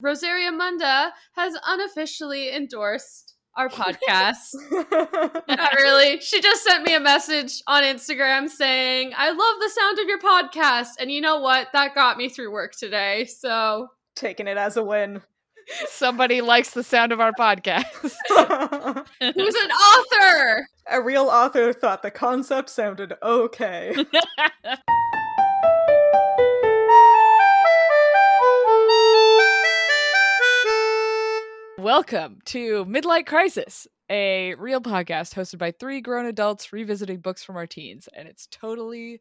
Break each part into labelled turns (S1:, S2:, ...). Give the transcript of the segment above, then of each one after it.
S1: Rosaria Munda has unofficially endorsed our podcast. Not really. She just sent me a message on Instagram saying, I love the sound of your podcast. And you know what? That got me through work today. So
S2: Taking it as a win.
S3: Somebody likes the sound of our podcast.
S2: a
S1: who's an author?
S2: real author thought the concept sounded okay.
S3: Welcome to Midlight Crisis, a real podcast hosted by three grown adults revisiting books from our teens, and it's totally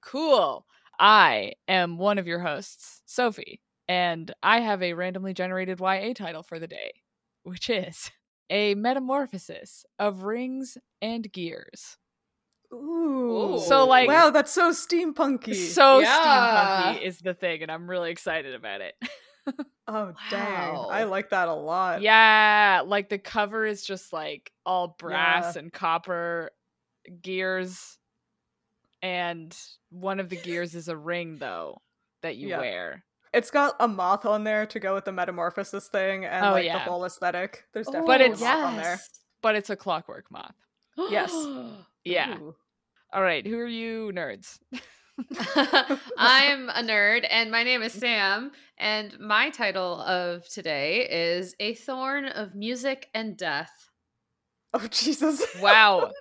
S3: cool. I am one of your hosts, Sophie, and I have a randomly generated YA title for the day, which is A Metamorphosis of Rings and Gears.
S2: Ooh.
S3: So, like-
S2: wow, that's so steampunky.
S3: So
S1: Yeah.
S3: steampunky is the thing, and I'm really excited about it.
S2: oh dang,
S1: Wow.
S2: I like that a lot.
S3: yeah, like the cover is just like all brass
S2: Yeah.
S3: and copper gears, and one of the gears is a ring though that you
S2: Yeah.
S3: wear.
S2: It's got a moth on there to go with the metamorphosis thing and
S3: Oh,
S2: like
S3: yeah.
S2: the whole aesthetic. There's
S1: Oh,
S2: definitely
S3: But
S2: a
S3: it's-
S2: moth on there.
S3: But it's a clockwork moth. Yeah.
S2: Ooh.
S3: All right, who are you nerds?
S1: I'm a nerd, and my name is
S2: Mm-hmm.
S1: Sam. And my title of today is A Thorn of Music and Death.
S2: Oh Jesus.
S3: Wow.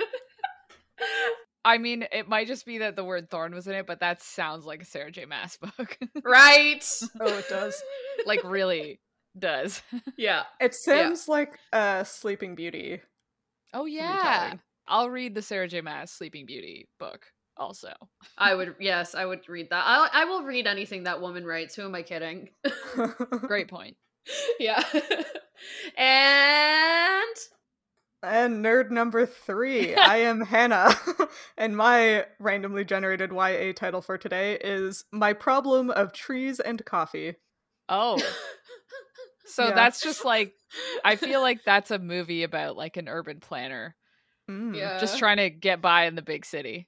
S3: I mean, it might just be that the word thorn was in it, but that sounds like a Sarah J. Mass book.
S1: Right?
S2: Oh, it does.
S3: like really does.
S1: yeah.
S2: It sounds like uh Sleeping Beauty.
S3: Oh yeah.
S2: retelling.
S3: I'll read the Sarah J. Maas Sleeping Beauty book also.
S1: I would, yes, I would read that. I'll, I will read anything that woman writes. Who am I kidding?
S3: Great point.
S1: yeah. and
S2: And nerd number three, I am Hannah, and my randomly generated YA title for today is My Problem of Trees and Coffee.
S3: Oh, so
S2: Yeah.
S3: that's just like I feel like that's a movie about like an urban planner
S2: Mm,
S1: yeah.
S3: hmm, just trying to get by in the big city.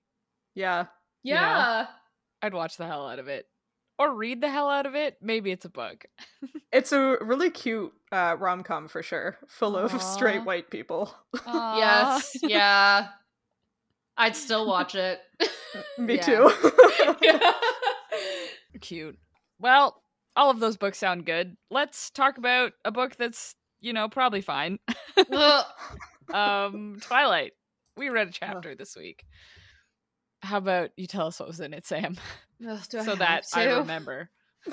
S2: Yeah.
S3: you know?
S1: Yeah.
S3: I'd watch the hell out of it or read the hell out of it. Maybe it's a book.
S2: It's a really cute uh, rom com for sure, full of
S3: Aw.
S2: straight white people.
S1: Yes. Yeah. I'd still watch it.
S2: Me
S3: Yeah.
S2: too.
S1: yeah.
S3: cute. Well, all of those books sound good. Let's talk about a book that's, you know, probably fine.
S1: Ugh.
S3: Um Twilight. We read a chapter this week. How about you tell us what was in it, Sam?
S1: Ugh, do I
S3: so
S1: have
S3: that I
S1: to?
S3: remember.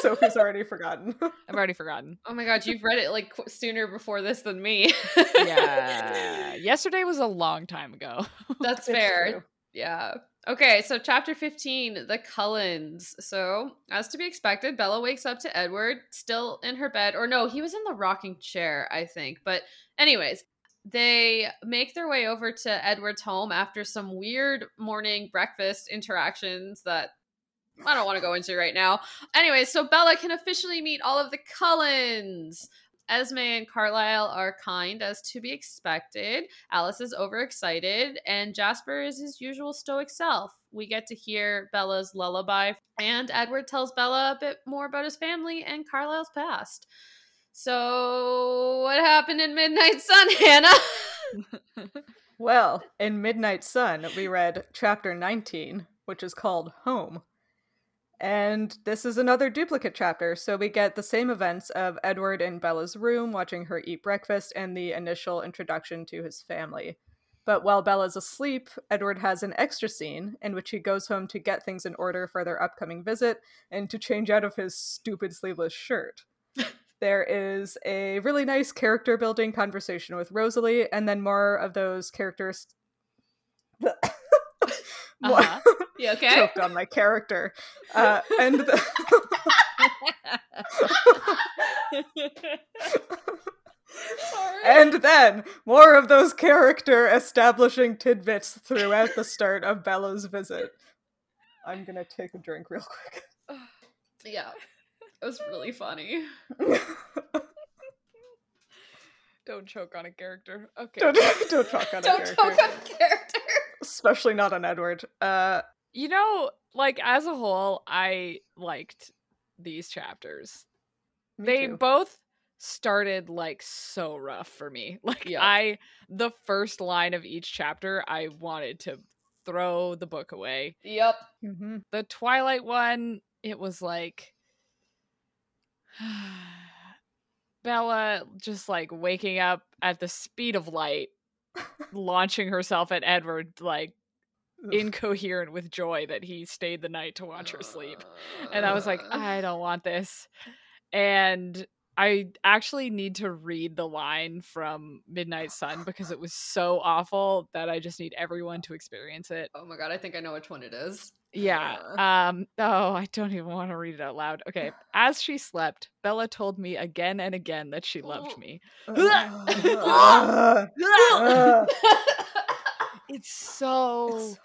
S2: Sophie's already forgotten.
S3: I've already forgotten.
S1: Oh my god, you've read it like qu- sooner before this than me.
S3: yeah. Yesterday was a long time ago.
S1: That's
S2: It's
S1: fair.
S2: true.
S1: Yeah. Okay, so chapter 15, the Cullens. So, as to be expected, Bella wakes up to Edward still in her bed, or no, he was in the rocking chair, I think. But, anyways, they make their way over to Edward's home after some weird morning breakfast interactions that I don't want to go into right now. Anyways, so Bella can officially meet all of the Cullens. Esme and Carlisle are kind as to be expected. Alice is overexcited, and Jasper is his usual stoic self. We get to hear Bella's lullaby, and Edward tells Bella a bit more about his family and Carlisle's past. So, what happened in Midnight Sun, Hannah?
S2: Well, in Midnight Sun, we read chapter 19, which is called Home. And this is another duplicate chapter, so we get the same events of Edward in Bella's room watching her eat breakfast and the initial introduction to his family. But while Bella's asleep, Edward has an extra scene in which he goes home to get things in order for their upcoming visit and to change out of his stupid sleeveless shirt there is a really nice character building conversation with Rosalie, and then more of those characters. more
S3: Uh-huh.
S1: You okay?
S2: choked on my character, uh, and the- and then more of those character establishing tidbits throughout the start of Bella's visit. I'm gonna take a drink real
S1: yeah. It was really funny.
S2: quick.
S3: Don't choke on a character. Okay.
S2: don't don't talk on a
S1: Don't
S2: character,
S1: talk on character.
S2: especially not on Edward. Uh,
S3: You know, like as a whole, I liked these chapters.
S2: Me
S3: they
S2: too.
S3: both started like so rough for me. Like
S1: Yeah.
S3: I the first line of each chapter, I wanted to throw the book away.
S1: Yep.
S2: Mhm.
S3: The Twilight one, it was like Bella just like waking up at the speed of light, launching herself at Edward like
S2: Ugh.
S3: incoherent with joy that he stayed the night to watch her sleep and I was like,
S1: Uh,
S3: I don't want this. And I actually need to read the line from Midnight Sun because it was so awful that I just need everyone to experience it.
S1: Oh my god, I think I know which one it is.
S3: Yeah. Um, oh, I don't even want to read it out loud. Okay. As she slept, Bella told me again and again that she loved
S2: Oh,
S1: Ooh.
S3: me.
S2: Ugh. Ugh.
S3: It's so
S1: Oh.
S2: It's so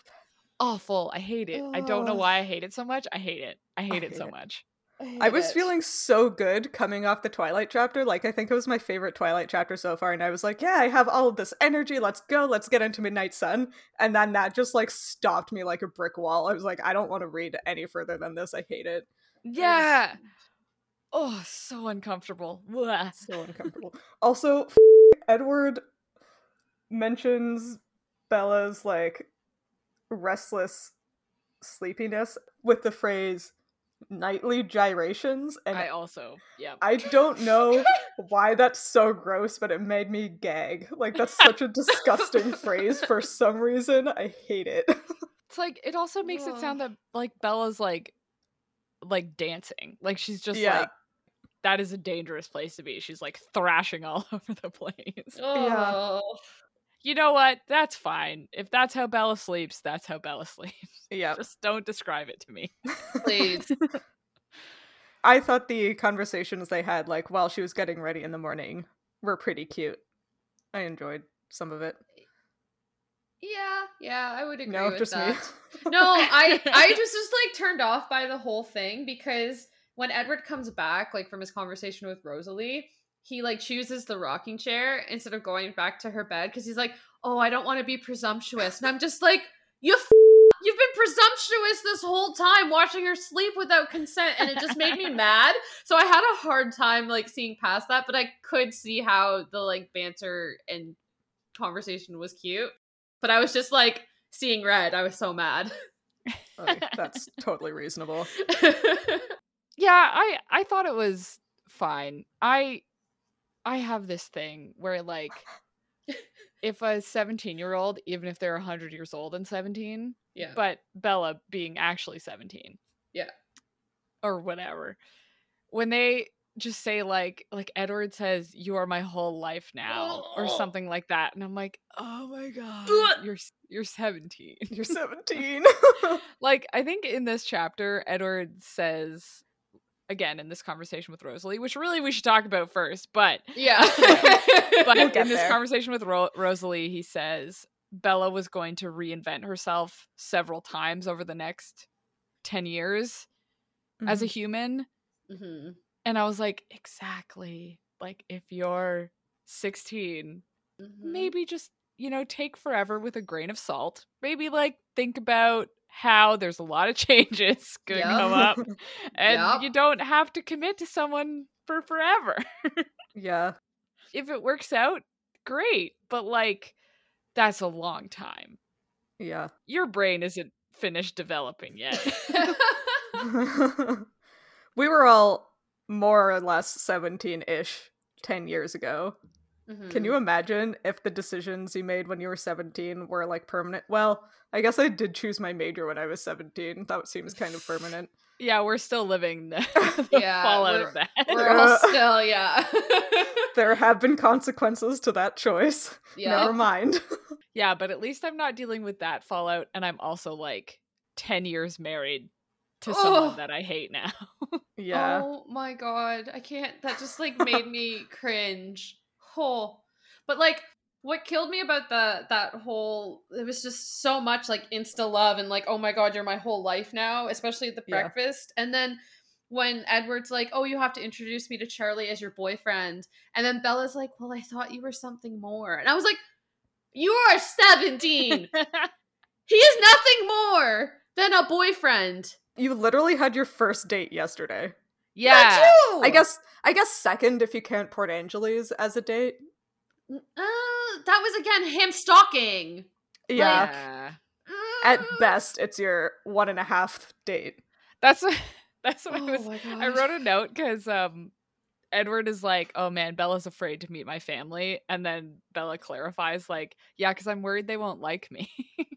S3: awful. I hate it. I don't know
S2: Ugh.
S3: why I hate it so much. I hate it. I hate it
S2: hate
S3: so
S2: it.
S3: much.
S2: I was feeling so good coming off the Twilight chapter. Like, I think it was my favorite Twilight chapter so far. And I was like, yeah, I have all of this energy. Let's go. Let's get into Midnight Sun. And then that just like stopped me like a brick wall. I was like, I don't want to read any further than this. I hate it.
S3: Yeah. Oh, so uncomfortable. Blah.
S2: So uncomfortable. also, f- Edward mentions Bella's like restless sleepiness with the phrase nightly gyrations. And
S3: I also, yeah.
S2: I don't know why that's so gross, but it made me gag. Like that's such a disgusting phrase for some reason. I hate it.
S3: It's like it also makes it sound that like Bella's like like dancing. Like she's just
S2: Yeah.
S3: like that is a dangerous place to be. She's like thrashing all over the place.
S1: Oh.
S3: You know what? That's fine. If that's how Bella sleeps, that's how Bella sleeps.
S2: Yeah.
S3: Just don't describe it to me.
S1: Please.
S2: I thought the conversations they had like while she was getting ready in the morning were pretty cute. I enjoyed some of it.
S1: Yeah, yeah, I would agree
S2: No,
S1: with
S2: just
S1: that.
S2: me.
S1: No, I I just was like turned off by the whole thing because when Edward comes back, like from his conversation with Rosalie, he like chooses the rocking chair instead of going back to her bed because he's like, oh, I don't want to be presumptuous, and I'm just like, you. F- You've been presumptuous this whole time watching her sleep without consent and it just made me mad. So I had a hard time like seeing past that, but I could see how the like banter and conversation was cute. But I was just like seeing red. I was so mad.
S2: Okay, that's totally reasonable.
S3: yeah i i thought it was fine i i have this thing where like if a 17 year old even if they're 100 years old and 17
S1: yeah.
S3: but bella being actually 17
S1: Yeah.
S3: or whatever when they just say like like edward says you are my whole life now or
S1: Ugh.
S3: something like that and i'm like oh my god
S1: Oh. Ugh.
S3: you're s- you're 17
S2: You're 17.
S3: like i think in this chapter edward says again in this conversation with rosalie which really we should talk about first but
S1: yeah.
S3: but
S2: We'll
S3: in
S2: get
S3: this
S2: there.
S3: conversation with Ro- rosalie he says bella was going to reinvent herself several times over the next 10 years as a
S2: Mm-hmm.
S3: human
S1: Mhm.
S3: and i was like exactly like if you're 16
S1: Mhm.
S2: Mm-hmm.
S3: maybe just you know take forever with a grain of salt maybe like think about how there's a lot of changes gonna
S1: Yep.
S3: come up and
S1: Yep.
S3: you don't have to commit to someone for forever
S2: yeah.
S3: if it works out great but like that's a long time
S2: Yeah.
S3: your brain isn't finished developing yet
S2: we were all more or less 17 ish 10 years ago. Can
S1: Mhm.
S2: you imagine if the decisions you made when you were 17 were like permanent? Well, I guess I did choose my major when I was 17. That seems kind of permanent.
S3: yeah we're still living the, the
S1: Yeah,
S3: fallout
S1: we're-
S3: of that
S1: We're all still, yeah.
S2: There have been consequences to that choice.
S1: yeah.
S2: Never mind.
S3: Yeah, but at least I'm not dealing with that fallout, and I'm also like 10 years married to
S1: Oh.
S3: someone that I hate now.
S2: yeah.
S1: Oh my god, I can't. That just like made me cringe. Oh, but like, what killed me about the that whole it was just so much like insta love and like, oh my god, you're my whole life now, especially at the
S2: Yeah.
S1: breakfast. And then when Edward's like, oh, you have to introduce me to Charlie as your boyfriend, and then Bella's like, well, I thought you were something more, and I was like, you are seventeen. he is nothing more than a boyfriend.
S2: You literally had your first date yesterday.
S1: Yeah.
S2: I guess I guess second if you count Port Angeles as a date.
S1: Uh, that was again him stalking.
S2: Yeah.
S3: Oh, Yeah.
S2: At
S1: Mm.
S2: best, it's your one and a half date.
S3: That's what, that's what I
S1: Oh
S3: was
S1: my
S3: I
S1: gosh.
S3: wrote a note because um, Edward is like, "Oh man, Bella's afraid to meet my family," and then Bella clarifies, like, "Yeah, because I'm worried they won't like me."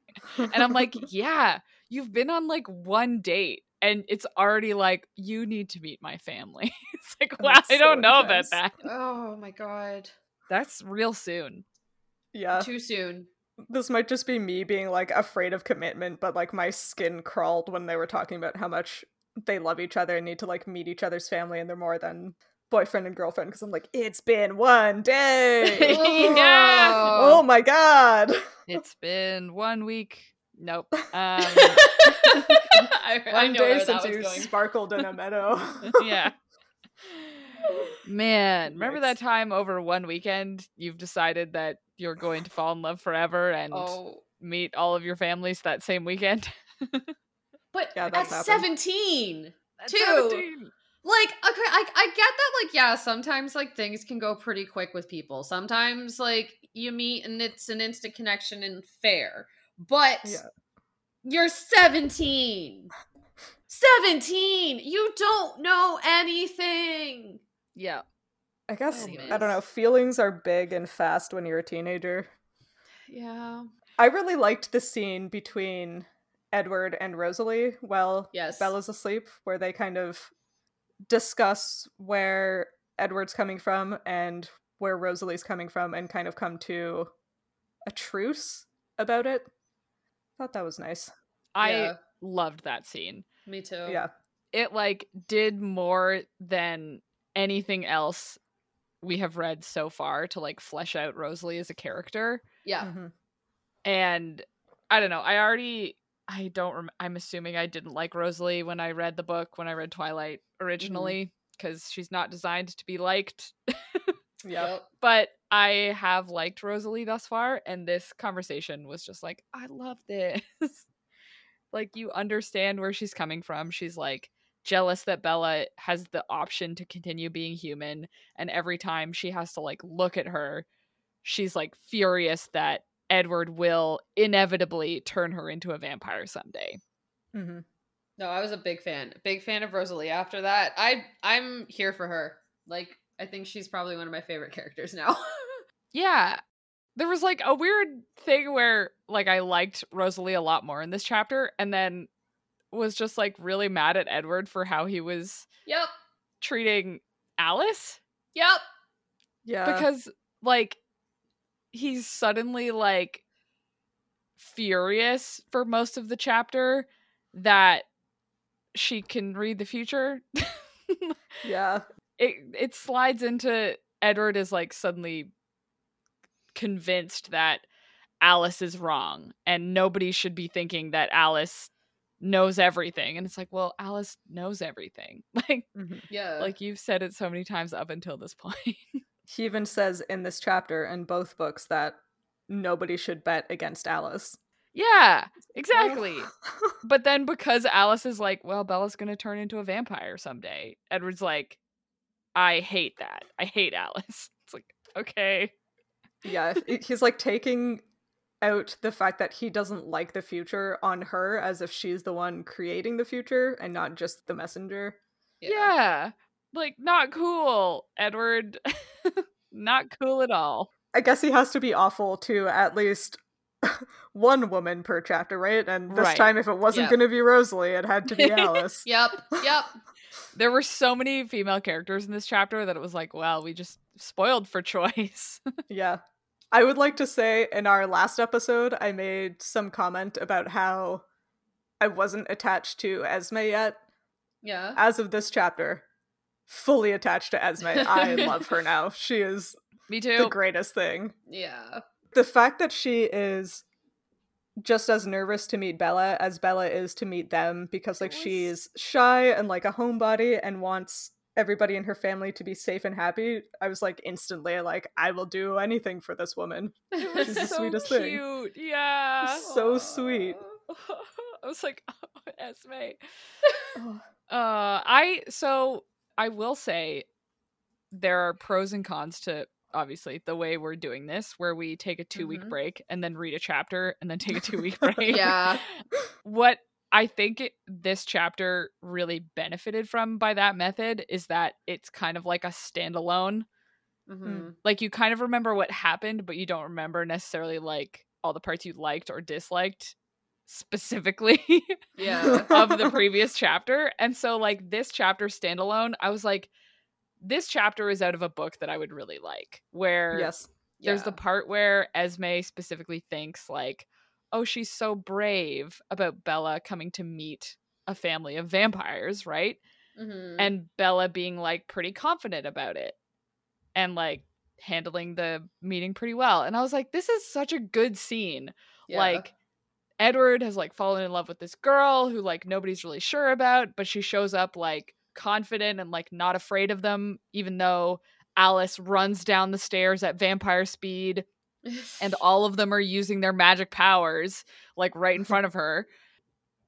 S3: and I'm like, "Yeah, you've been on like one date, and it's already like you need to meet my family." it's like,
S2: Oh,
S3: "Wow,
S2: that's
S3: I don't
S2: so
S3: know
S2: intense.
S3: about that.
S1: Oh my god.
S3: That's real soon."
S2: yeah.
S1: Too soon.
S2: This might just be me being like afraid of commitment, but like my skin crawled when they were talking about how much they love each other and need to like meet each other's family and they're more than boyfriend and girlfriend because I'm like, it's been one day.
S3: Yeah.
S2: oh
S1: Oh.
S2: my god.
S3: It's been one week. Nope. Um,
S1: I, I
S2: one
S1: know where
S2: day
S1: that
S2: since
S1: was
S2: you
S1: going.
S2: sparkled in a meadow.
S3: yeah. Man, remember that
S2: Yikes.
S3: time over one weekend you've decided that you're going to fall in love forever and
S1: Oh.
S3: meet all of your families that same weekend?
S1: But
S2: Yeah,
S1: at
S2: that's happened.
S1: 17.
S3: At
S1: Two.
S3: 17.
S1: Like, okay, I, I get that, like, yeah, sometimes, like, things can go pretty quick with people. Sometimes, like, you meet and it's an instant connection and fair. But
S2: Yeah.
S1: you're 17. 17. You don't know anything.
S3: Yeah.
S2: I guess
S1: Oh,
S2: I don't know.
S1: yes.
S2: Feelings are big and fast when you're a teenager.
S1: Yeah.
S2: I really liked the scene between Edward and Rosalie while
S1: Yes.
S2: Bella's asleep, where they kind of discuss where Edward's coming from and where Rosalie's coming from, and kind of come to a truce about it. Thought that was nice.
S3: I
S1: Yeah,
S3: loved that scene.
S1: me too.
S2: Yeah,
S3: It like did more than anything else we have read so far to like flesh out Rosalie as a character.
S1: Yeah.
S2: Mhm.
S3: and i don't know i already i don't rem- i'm assuming i didn't like rosalie when i read the book when i read twilight originally because she's not designed to be liked
S2: yeah.
S1: Yep.
S3: but i have liked rosalie thus far and this conversation was just like i love this like you understand where she's coming from she's like jealous that bella has the option to continue being human and every time she has to like look at her she's like furious that edward will inevitably turn her into a vampire someday
S2: hmm
S1: No, I was a big fan. Big fan of Rosalie after that. I I'm here for her. Like I think she's probably one of my favorite characters now.
S3: yeah there was like a weird thing where like i liked rosalie a lot more in this chapter and then was just like really mad at edward for how he was
S1: yep.
S3: treating alice
S1: Yep.
S2: Yeah.
S3: because like he's suddenly like furious for most of the chapter that she can read the future
S2: yeah.
S3: it it slides into Edward is like suddenly convinced that Alice is wrong and nobody should be thinking that Alice knows everything and it's like well Alice knows everything like
S2: Mhm.
S1: Yeah.
S3: like you've said it so many times up until this point
S2: He even says in this chapter in both books that nobody should bet against Alice.
S3: yeah exactly but then because Alice is like well Bella's going to turn into a vampire someday Edward's like I hate that I hate Alice it's like okay
S2: yeah, he- he's like taking out the fact that he doesn't like the future on her as if she's the one creating the future and not just the messenger.
S1: yeah.
S3: Yeah. Like, not cool, Edward. not cool at all.
S2: I guess he has to be awful to at least one woman per chapter, right? And this
S3: Right.
S2: time, if it wasn't
S1: Yep.
S2: going to be Rosalie, it had to be Alice.
S1: Yep. Yep.
S3: There were so many female characters in this chapter that it was like, well, we just spoiled for choice.
S2: Yeah. I would like to say in our last episode, I made some comment about how I wasn't attached to Esme yet.
S1: Yeah.
S2: As of this chapter, fully attached to Esme. I love her now. She is
S3: Me
S2: the
S3: too.
S2: greatest thing.
S1: Yeah.
S2: The fact that she is just as nervous to meet Bella as Bella is to meet them because like
S3: It was-
S2: she's shy and like a homebody and wants everybody in her family to be safe and happy. I was like instantly like I will do anything for this woman. She's the
S3: so
S2: sweetest
S3: cute.
S2: thing.
S3: Yeah.
S2: so sweet.
S3: I was like, oh, Esme.
S2: Oh,
S3: Uh, I so I will say there are pros and cons to obviously the way we're doing this, where we take a two week
S1: Mhm.
S3: break and then read a chapter and then take a two week break.
S1: Yeah.
S3: What I think it, this chapter really benefited from by that method is that it's kind of like a standalone.
S1: hmm
S3: Like you kind of remember what happened, but you don't remember necessarily like all the parts you liked or disliked specifically.
S1: Yeah.
S3: of the previous chapter. And so like this chapter standalone, I was like, this chapter is out of a book that I would really like. Where
S2: yes.
S3: there's the
S1: Yeah.
S3: part where Esme specifically thinks like, oh, she's so brave about Bella coming to meet a family of vampires, right?
S1: Mhm.
S3: And Bella being like pretty confident about it. And like handling the meeting pretty well. And I was like, this is such a good scene
S1: Yeah.
S3: like edward has like fallen in love with this girl who like nobody's really sure about but she shows up like confident and like not afraid of them even though alice runs down the stairs at vampire speed and all of them are using their magic powers like right in front of her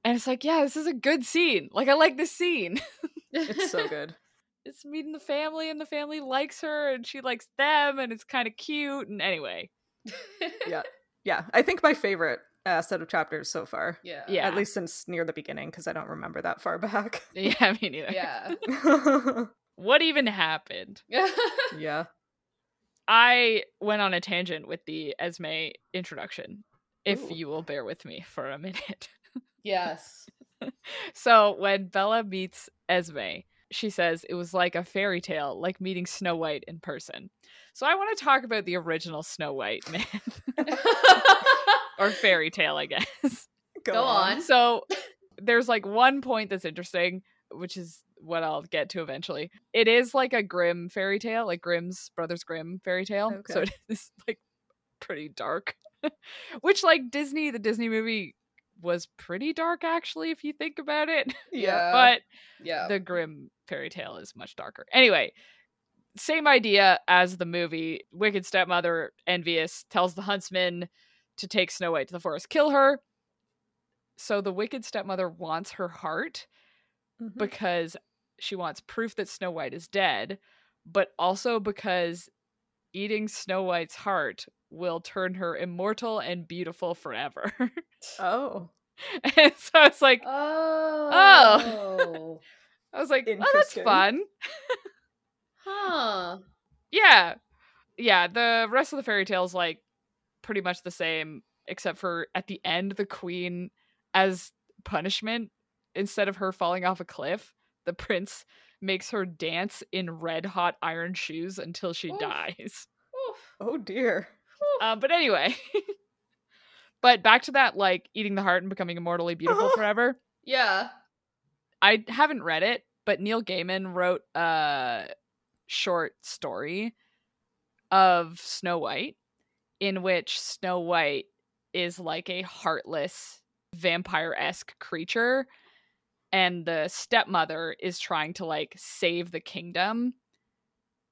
S3: and it's like yeah this is a good scene like i like this scene
S2: It's so good.
S3: it's meeting the family and the family likes her and she likes them and it's kind of cute and anyway
S2: Yeah. Yeah. I think my favorite uh, set of chapters so far.
S1: yeah.
S3: Yeah.
S2: At least since near the beginning, because I don't remember that far back.
S3: yeah me neither
S1: Yeah.
S3: what even happened
S2: yeah.
S3: I went on a tangent with the Esme introduction, if
S2: Ooh.
S3: you will bear with me for a minute.
S1: yes.
S3: So, when Bella meets Esme, she says it was like a fairy tale, like meeting Snow White in person. So, I want to talk about the original Snow White man or fairy tale, I guess.
S1: Go on.
S3: So, there's like one point that's interesting, which is what I'll get to eventually. It is like a grim fairy tale, like Grimm's Brothers Grimm fairy tale. So, it is like pretty dark. which like disney the disney movie was pretty dark actually if you think about it
S2: Yeah.
S3: but
S1: Yeah.
S3: the grim fairy tale is much darker anyway same idea as the movie wicked stepmother envious tells the huntsman to take snow white to the forest kill her so the wicked stepmother wants her heart Mm-hmm.
S2: Mhm.
S3: because she wants proof that Snow White is dead, but also because eating Snow White's heart will turn her immortal and beautiful forever.
S2: Oh.
S3: and so I was like,
S1: oh.
S3: I was like, oh, that's
S2: Interesting.
S3: fun.
S1: huh.
S3: Yeah. Yeah. The rest of the fairy tale's like pretty much the same, except for at the end, the queen, as punishment, instead of her falling off a cliff, the prince makes her dance in red hot iron shoes until she
S1: Oof.
S3: dies.
S1: Oof.
S2: Oh dear.
S3: Uh, but anyway. but back to that, like eating the heart and becoming immortally beautiful forever.
S1: Yeah.
S3: I haven't read it, but Neil Gaiman wrote a short story of Snow White in which Snow White is like a heartless vampire-esque creature and the stepmother is trying to like save the kingdom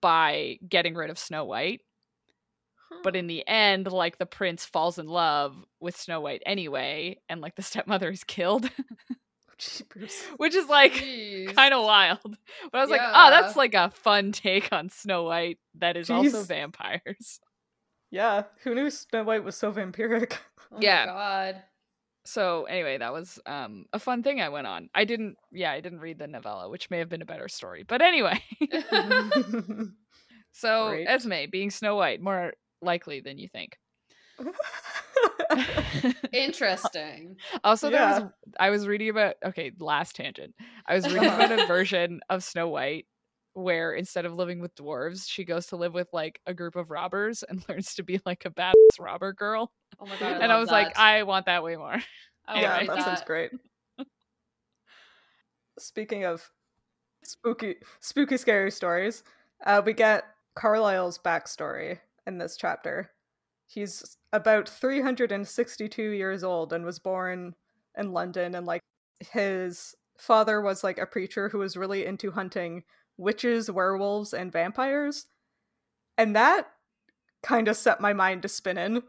S3: by getting rid of Snow White but in the end like the prince falls in love with Snow White anyway and like the stepmother is killed
S2: Jeepers.
S3: which is like
S1: Jeez.
S3: kind of wild. But I was like, oh, that's
S1: Yeah.
S3: like a fun take on Snow White that is also
S2: Jeez.
S3: vampires.
S2: Yeah. Who knew Snow White was so vampiric?
S1: Oh my
S3: yeah.
S1: God.
S3: So anyway, that was um a fun thing I went on. I didn't yeah, I didn't read the novella, which may have been a better story. But anyway, so
S2: Great.
S3: Esme being Snow White more likely than you think.
S1: Interesting.
S3: also there
S2: Yeah.
S3: was I was reading about okay, last tangent. I was reading about a version of Snow White where instead of living with dwarves, she goes to live with like a group of robbers and learns to be like a badass robber girl.
S1: Oh my God.
S3: and I was like,
S1: I, Oh
S3: I want that way more.
S1: love
S3: yeah,
S2: yeah,
S1: I
S2: that
S1: love
S2: sounds great. Speaking of spooky, spooky, scary stories, uh, we get Carlyle's backstory in this chapter. He's about 362 years old and was born in London. And like his father was like a preacher who was really into hunting witches, werewolves, and vampires. And that kind of set my mind to spinning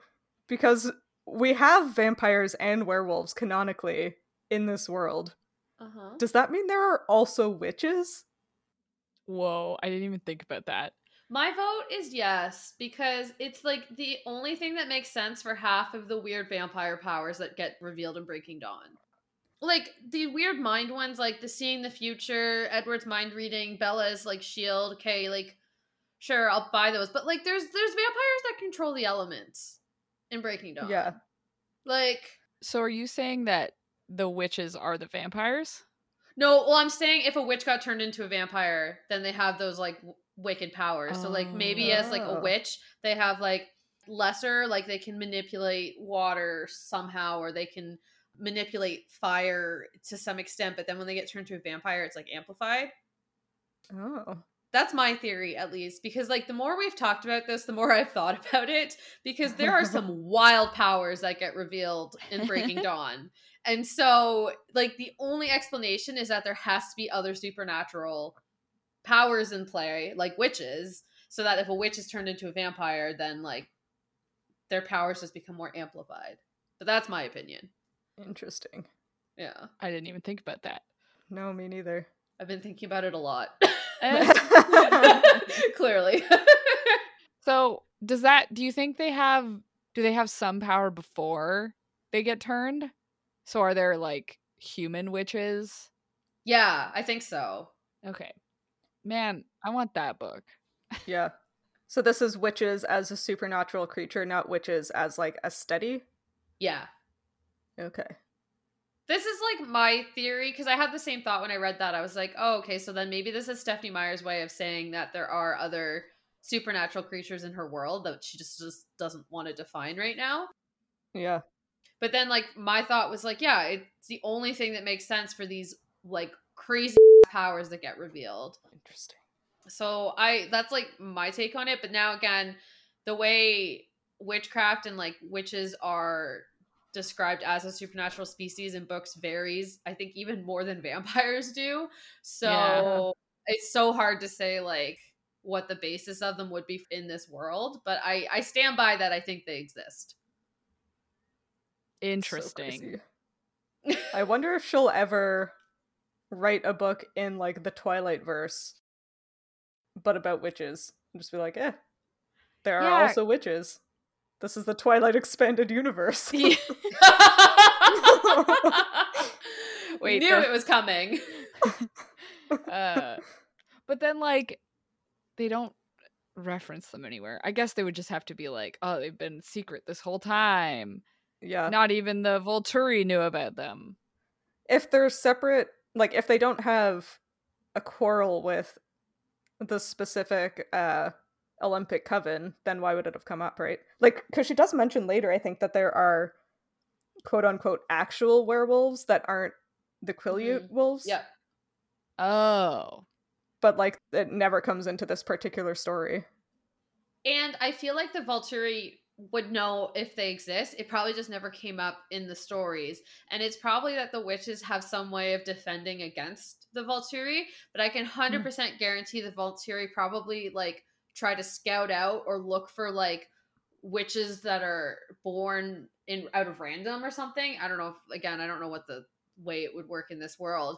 S2: because we have vampires and werewolves canonically in this world.
S1: Uh-huh.
S2: Does that mean there are also witches?
S3: Whoa, I didn't even think about that.
S1: My vote is yes because it's like the only thing that makes sense for half of the weird vampire powers that get revealed in Breaking Dawn. Like the weird mind ones, like the seeing the future, Edward's mind reading, Bella's like shield. Okay, like sure, I'll buy those. But like, there's there's vampires that control the elements in Breaking Dawn.
S2: Yeah.
S1: Like
S3: So are you saying that the witches are the vampires?
S1: no, well, I'm saying if a witch got turned into a vampire, then they have those like w- wicked powers. so like maybe as like a
S2: Oh.
S1: witch, they have like lesser, like they can manipulate water somehow, or they can manipulate fire to some extent. But then when they get turned to a vampire, it's like amplified.
S2: Oh.
S1: That's my theory, at least, because like the more we've talked about this, the more I've thought about it. Because there are some wild powers that get revealed in Breaking Dawn, and so like the only explanation is that there has to be other supernatural powers in play, like witches, so that if a witch is turned into a vampire, then like their powers just become more amplified. But that's my opinion.
S2: Interesting.
S1: Yeah,
S3: I didn't even think about that.
S2: No, me neither.
S1: I've been thinking about it a lot. Clearly.
S3: so does that do you think they have do they have some power before they get turned? So are there like human witches?
S1: Yeah, I think so.
S3: Okay. Man, I want that book.
S2: yeah. So this is witches as a supernatural creature, not witches as like a study.
S1: Yeah.
S2: Okay.
S1: This is like my theory because I had the same thought when I read that. I was like, oh, okay, so then maybe this is Stephanie Meyer's way of saying that there are other supernatural creatures in her world that she just, just doesn't want to define right now.
S2: Yeah.
S1: But then, like, my thought was like, yeah, it's the only thing that makes sense for these like crazy powers that get revealed.
S2: Interesting.
S1: so i that's like my take on it but now again the way witchcraft and like witches are described as a supernatural species in books varies i think even more than vampires do so
S3: Yeah.
S1: it's so hard to say like what the basis of them would be in this world but i i stand by that i think they exist
S2: So
S3: Interesting.
S2: crazy. I wonder if she'll ever write a book in like the Twilight verse, but about witches. And just be like, eh, there are
S3: Yeah.
S2: also witches. This is the Twilight expanded universe.
S3: Yeah. Wait,
S1: knew
S3: the-
S1: it was coming
S3: uh, but then like they don't reference them anywhere. I guess they would just have to be like, oh, they've been secret this whole time.
S2: yeah.
S3: Not even the Volturi knew about them.
S2: If they're separate, like if they don't have a quarrel with the specific uh Olympic coven, then why would it have come up, right? Like, because she does mention later, I think, that there are quote unquote actual werewolves that aren't the Quileute
S3: Mm-hmm.
S2: wolves.
S1: yep
S3: Oh.
S2: but like it never comes into this particular story.
S1: And I feel like the Volturi would know if they exist. It probably just never came up in the stories. And it's probably that the witches have some way of defending against the Volturi, but I can 100% guarantee the Volturi probably like try to scout out or look for like witches that are born in out of random or something. I don't know if, again, I don't know what the way it would work in this world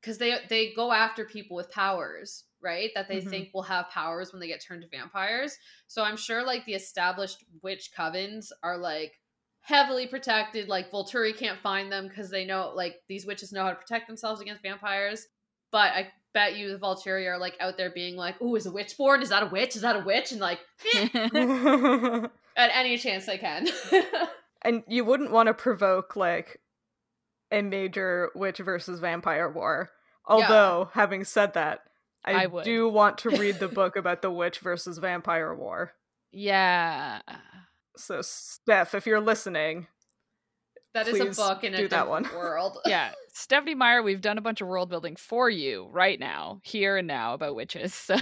S1: because they they go after people with powers right that they
S2: Mhm.
S1: think will have powers when they get turned to vampires so i'm sure like the established witch covens are like heavily protected like volturi can't find them because they know like these witches know how to protect themselves against vampires but i bet you the volturi are like out there being like oh is a witch born is that a witch is that a witch and like eh,
S2: and
S1: at any chance they can
S2: you wouldn't want to provoke like a major witch versus vampire war. Although, having said that, I,
S3: I would.
S2: do want to read the book about the witch versus vampire war.
S3: yeah.
S2: So, Steph, if you're listening,
S1: that is
S2: Please
S1: a book in a
S2: do that
S1: different
S2: one.
S1: world
S3: Yeah. Stephanie Meyer, we've done a bunch of world building for you right now, here and now about witches. So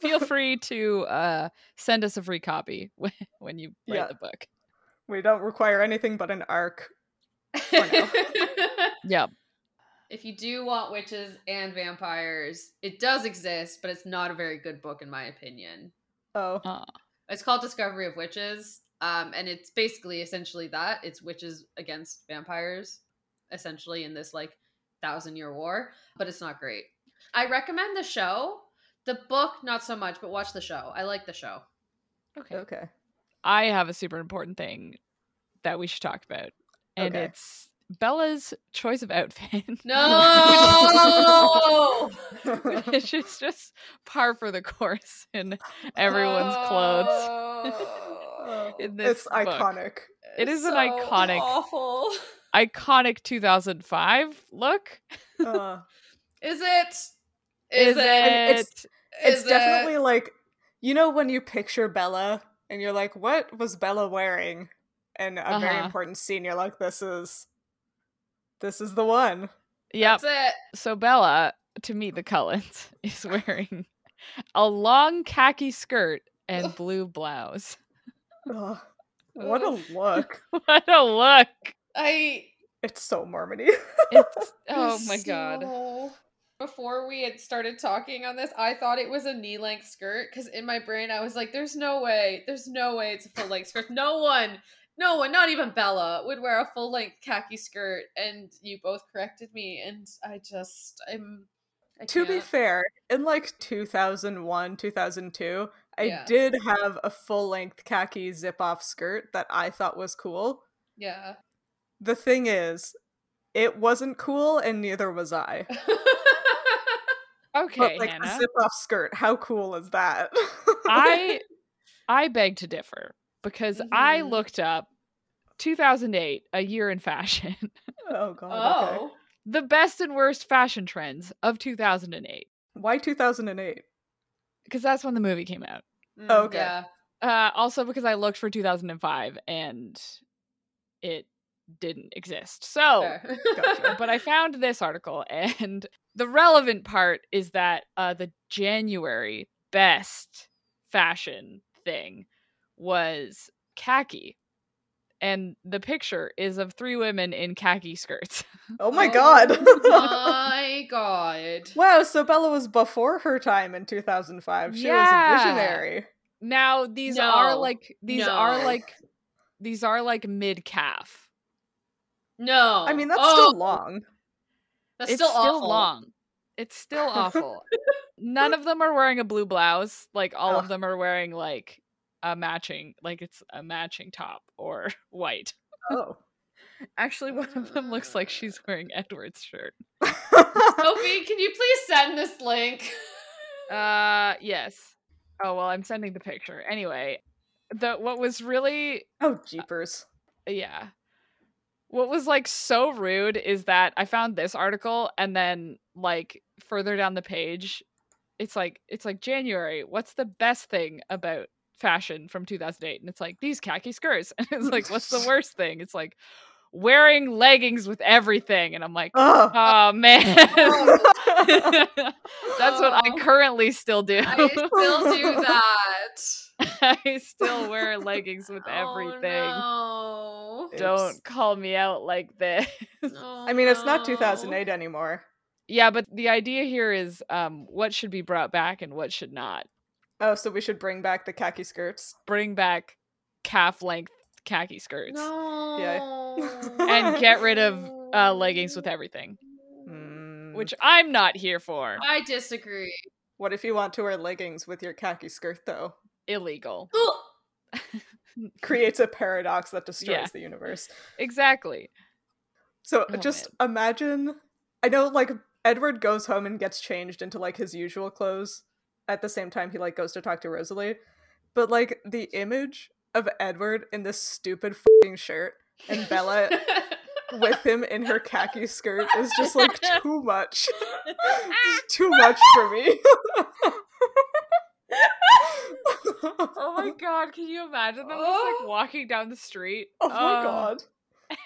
S3: feel free to uh, send us a free copy when, when you write
S2: Yeah.
S3: the book.
S2: we don't require anything but an arc.
S3: Yep.
S1: if you do want witches and vampires, it does exist, but it's not a very good book in my opinion.
S2: Oh,
S1: It's called Discovery of Witches, um, and it's basically essentially that it's witches against vampires, essentially in this like thousand year war. But it's not great. I recommend the show The book, not so much, but watch the show. I like the show.
S3: Okay.
S2: Okay.
S3: I have a super important thing that we should talk about, and
S2: Okay.
S3: it's Bella's choice of outfit.
S1: No.
S3: Which is just par for the course in everyone's clothes.
S1: Oh.
S3: In this
S2: it's
S3: book.
S2: iconic.
S3: It is an
S1: So
S3: iconic-
S1: Awful.
S3: Iconic 2005 look.
S2: Uh,
S1: Is it?
S3: Is, it?
S2: it's- it's definitely like you know when you picture Bella and you're like, what was Bella wearing? And a very
S3: Uh-huh.
S2: important scene, you're like, this is this is the one.
S3: Yep.
S1: That's it.
S3: So Bella, to meet the Cullens, is wearing a long khaki skirt and blue blouse.
S2: Ugh, what a
S1: Oof.
S2: look.
S3: what a look!
S1: I.
S2: It's so Mormony.
S3: It's oh my god.
S1: So- Before we had started talking on this, I thought it was a knee length skirt because in my brain I was like, "There's no way, there's no way it's a full length skirt. No one, no one, not even Bella, would wear a full length khaki skirt." And you both corrected me, and I just, I'm. I
S2: to be
S1: can't.
S2: fair, in like 2001, 2002, I
S1: Yeah.
S2: did have a full length khaki zip off skirt that I thought was cool.
S1: yeah.
S2: The thing is, it wasn't cool and neither was I.
S3: Okay,
S2: but like
S3: Hannah.
S2: a zip off skirt, how cool is that?
S3: I I beg to differ because I
S1: Mhm.
S3: looked up 2008, a year in fashion,
S2: oh god. okay.
S1: oh,
S3: the best and worst fashion trends of 2008
S2: Why 2008?
S3: because that's when the movie came out.
S1: Mm,
S2: Oh, Okay.
S1: Yeah.
S3: Uh, also because I looked for 2005 and it didn't exist. So,
S1: fair.
S2: Oh, Gotcha.
S3: but I found this article, and the relevant part is that uh, the January best fashion thing was khaki. And the picture is of three women in khaki skirts.
S2: Oh my
S1: Oh.
S2: god.
S1: my god.
S2: wow, so Bella was before her time in 2005. She
S3: Yeah.
S2: was a visionary.
S3: Now these are
S1: No.
S3: like these are
S1: No.
S3: like these are like mid calf.
S1: No.
S2: I mean, that's
S1: Oh,
S2: still long.
S1: that's
S3: It's
S1: still,
S3: still,
S1: awful.
S3: long. It's still awful. None of them are wearing a blue blouse. Like all of
S2: Ugh.
S3: them are wearing like a matching, like it's a matching top or white.
S2: Oh.
S3: Actually, one of them looks like she's wearing Edward's shirt.
S1: Sophie, can you please send this link?
S3: Uh, yes. Oh well, I'm sending the picture anyway. The what was really
S2: oh jeepers.
S3: yeah. What was like so rude is that I found this article and then like further down the page, it's like it's like January. What's the best thing about fashion from 2008? And it's like these khaki skirts. And it's like what's the worst thing? It's like wearing leggings with everything. And I'm like,
S2: Oh.
S3: oh man,
S2: oh
S3: that's what I
S1: Oh. currently
S3: currently still do.
S1: I still do that.
S3: I still wear leggings with everything.
S1: Oh, no.
S3: Don't call me out like this.
S1: Oh,
S2: I mean, it's not
S1: no.
S2: 2008 anymore.
S3: Yeah, but the idea here is um, what should be brought back and what should not.
S2: Oh, so we should bring back the khaki skirts.
S3: Bring back calf length khaki skirts
S1: No.
S3: and get rid of uh, leggings with everything,
S2: Mm.
S3: which I'm not here for.
S1: I disagree.
S2: what if you want to wear leggings with your khaki skirt though?
S3: Illegal.
S2: Creates a paradox that destroys the universe.
S3: Exactly.
S2: So
S3: Oh,
S2: just imagine. I know, like Edward goes home and gets changed into like his usual clothes. At the same time, he like goes to talk to Rosalie, but like the image of Edward in this stupid fucking shirt and Bella with him in her khaki skirt is just like too much. It's too much for me.
S3: Oh my god, can you imagine them just
S1: Oh.
S3: like walking down the street?
S2: Oh my god.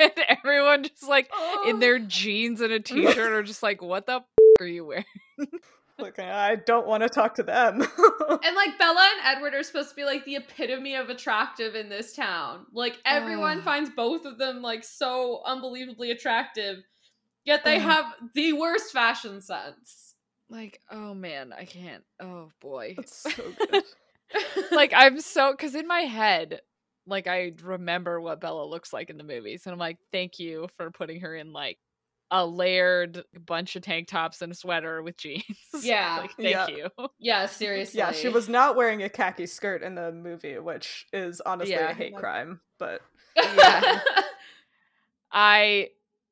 S3: And everyone just like in
S1: Oh.
S3: their jeans and a t-shirt are just like, what the f- are you wearing?
S2: Look, I don't want to talk to them.
S1: And like Bella and Edward are supposed to be like the epitome of attractive in this town. Like everyone
S3: Ugh.
S1: finds both of them like so unbelievably attractive, yet they
S3: Ugh.
S1: have the worst fashion sense.
S3: Like, oh man, I can't. Oh boy.
S2: It's so good.
S3: like I'm so because in my head, like I remember what Bella looks like in the movies, and I'm like, thank you for putting her in like a layered bunch of tank tops and a sweater with jeans.
S1: Yeah.
S3: like, thank you.
S1: Yeah, seriously.
S2: Yeah, she was not wearing a khaki skirt in the movie, which is honestly
S1: Yeah.
S2: a hate
S1: Like-
S2: crime. But
S1: yeah.
S3: I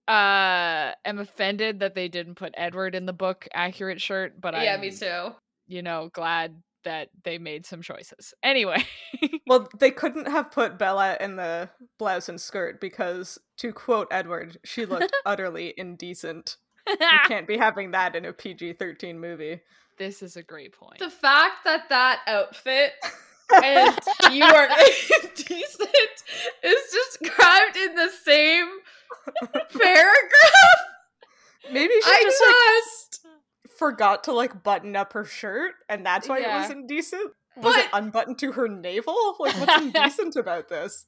S3: uh am offended that they didn't put Edward in the book accurate shirt, but
S1: yeah,
S3: I'm,
S1: me too.
S3: you know, glad that they made some choices. Anyway,
S2: well, they couldn't have put Bella in the blouse and skirt because, to quote Edward, she looked utterly indecent. You
S1: Ah.
S2: can't be having that in a PG thirteen movie.
S3: this is a great point.
S1: The fact that that outfit and you are indecent is described in the same paragraph.
S2: Maybe she
S1: I
S2: just
S1: just,
S2: like forgot to like button up her shirt, and that's why it was
S1: Yeah.
S2: indecent. Was it
S1: But-
S2: unbuttoned to her navel? Like, what's indecent about this?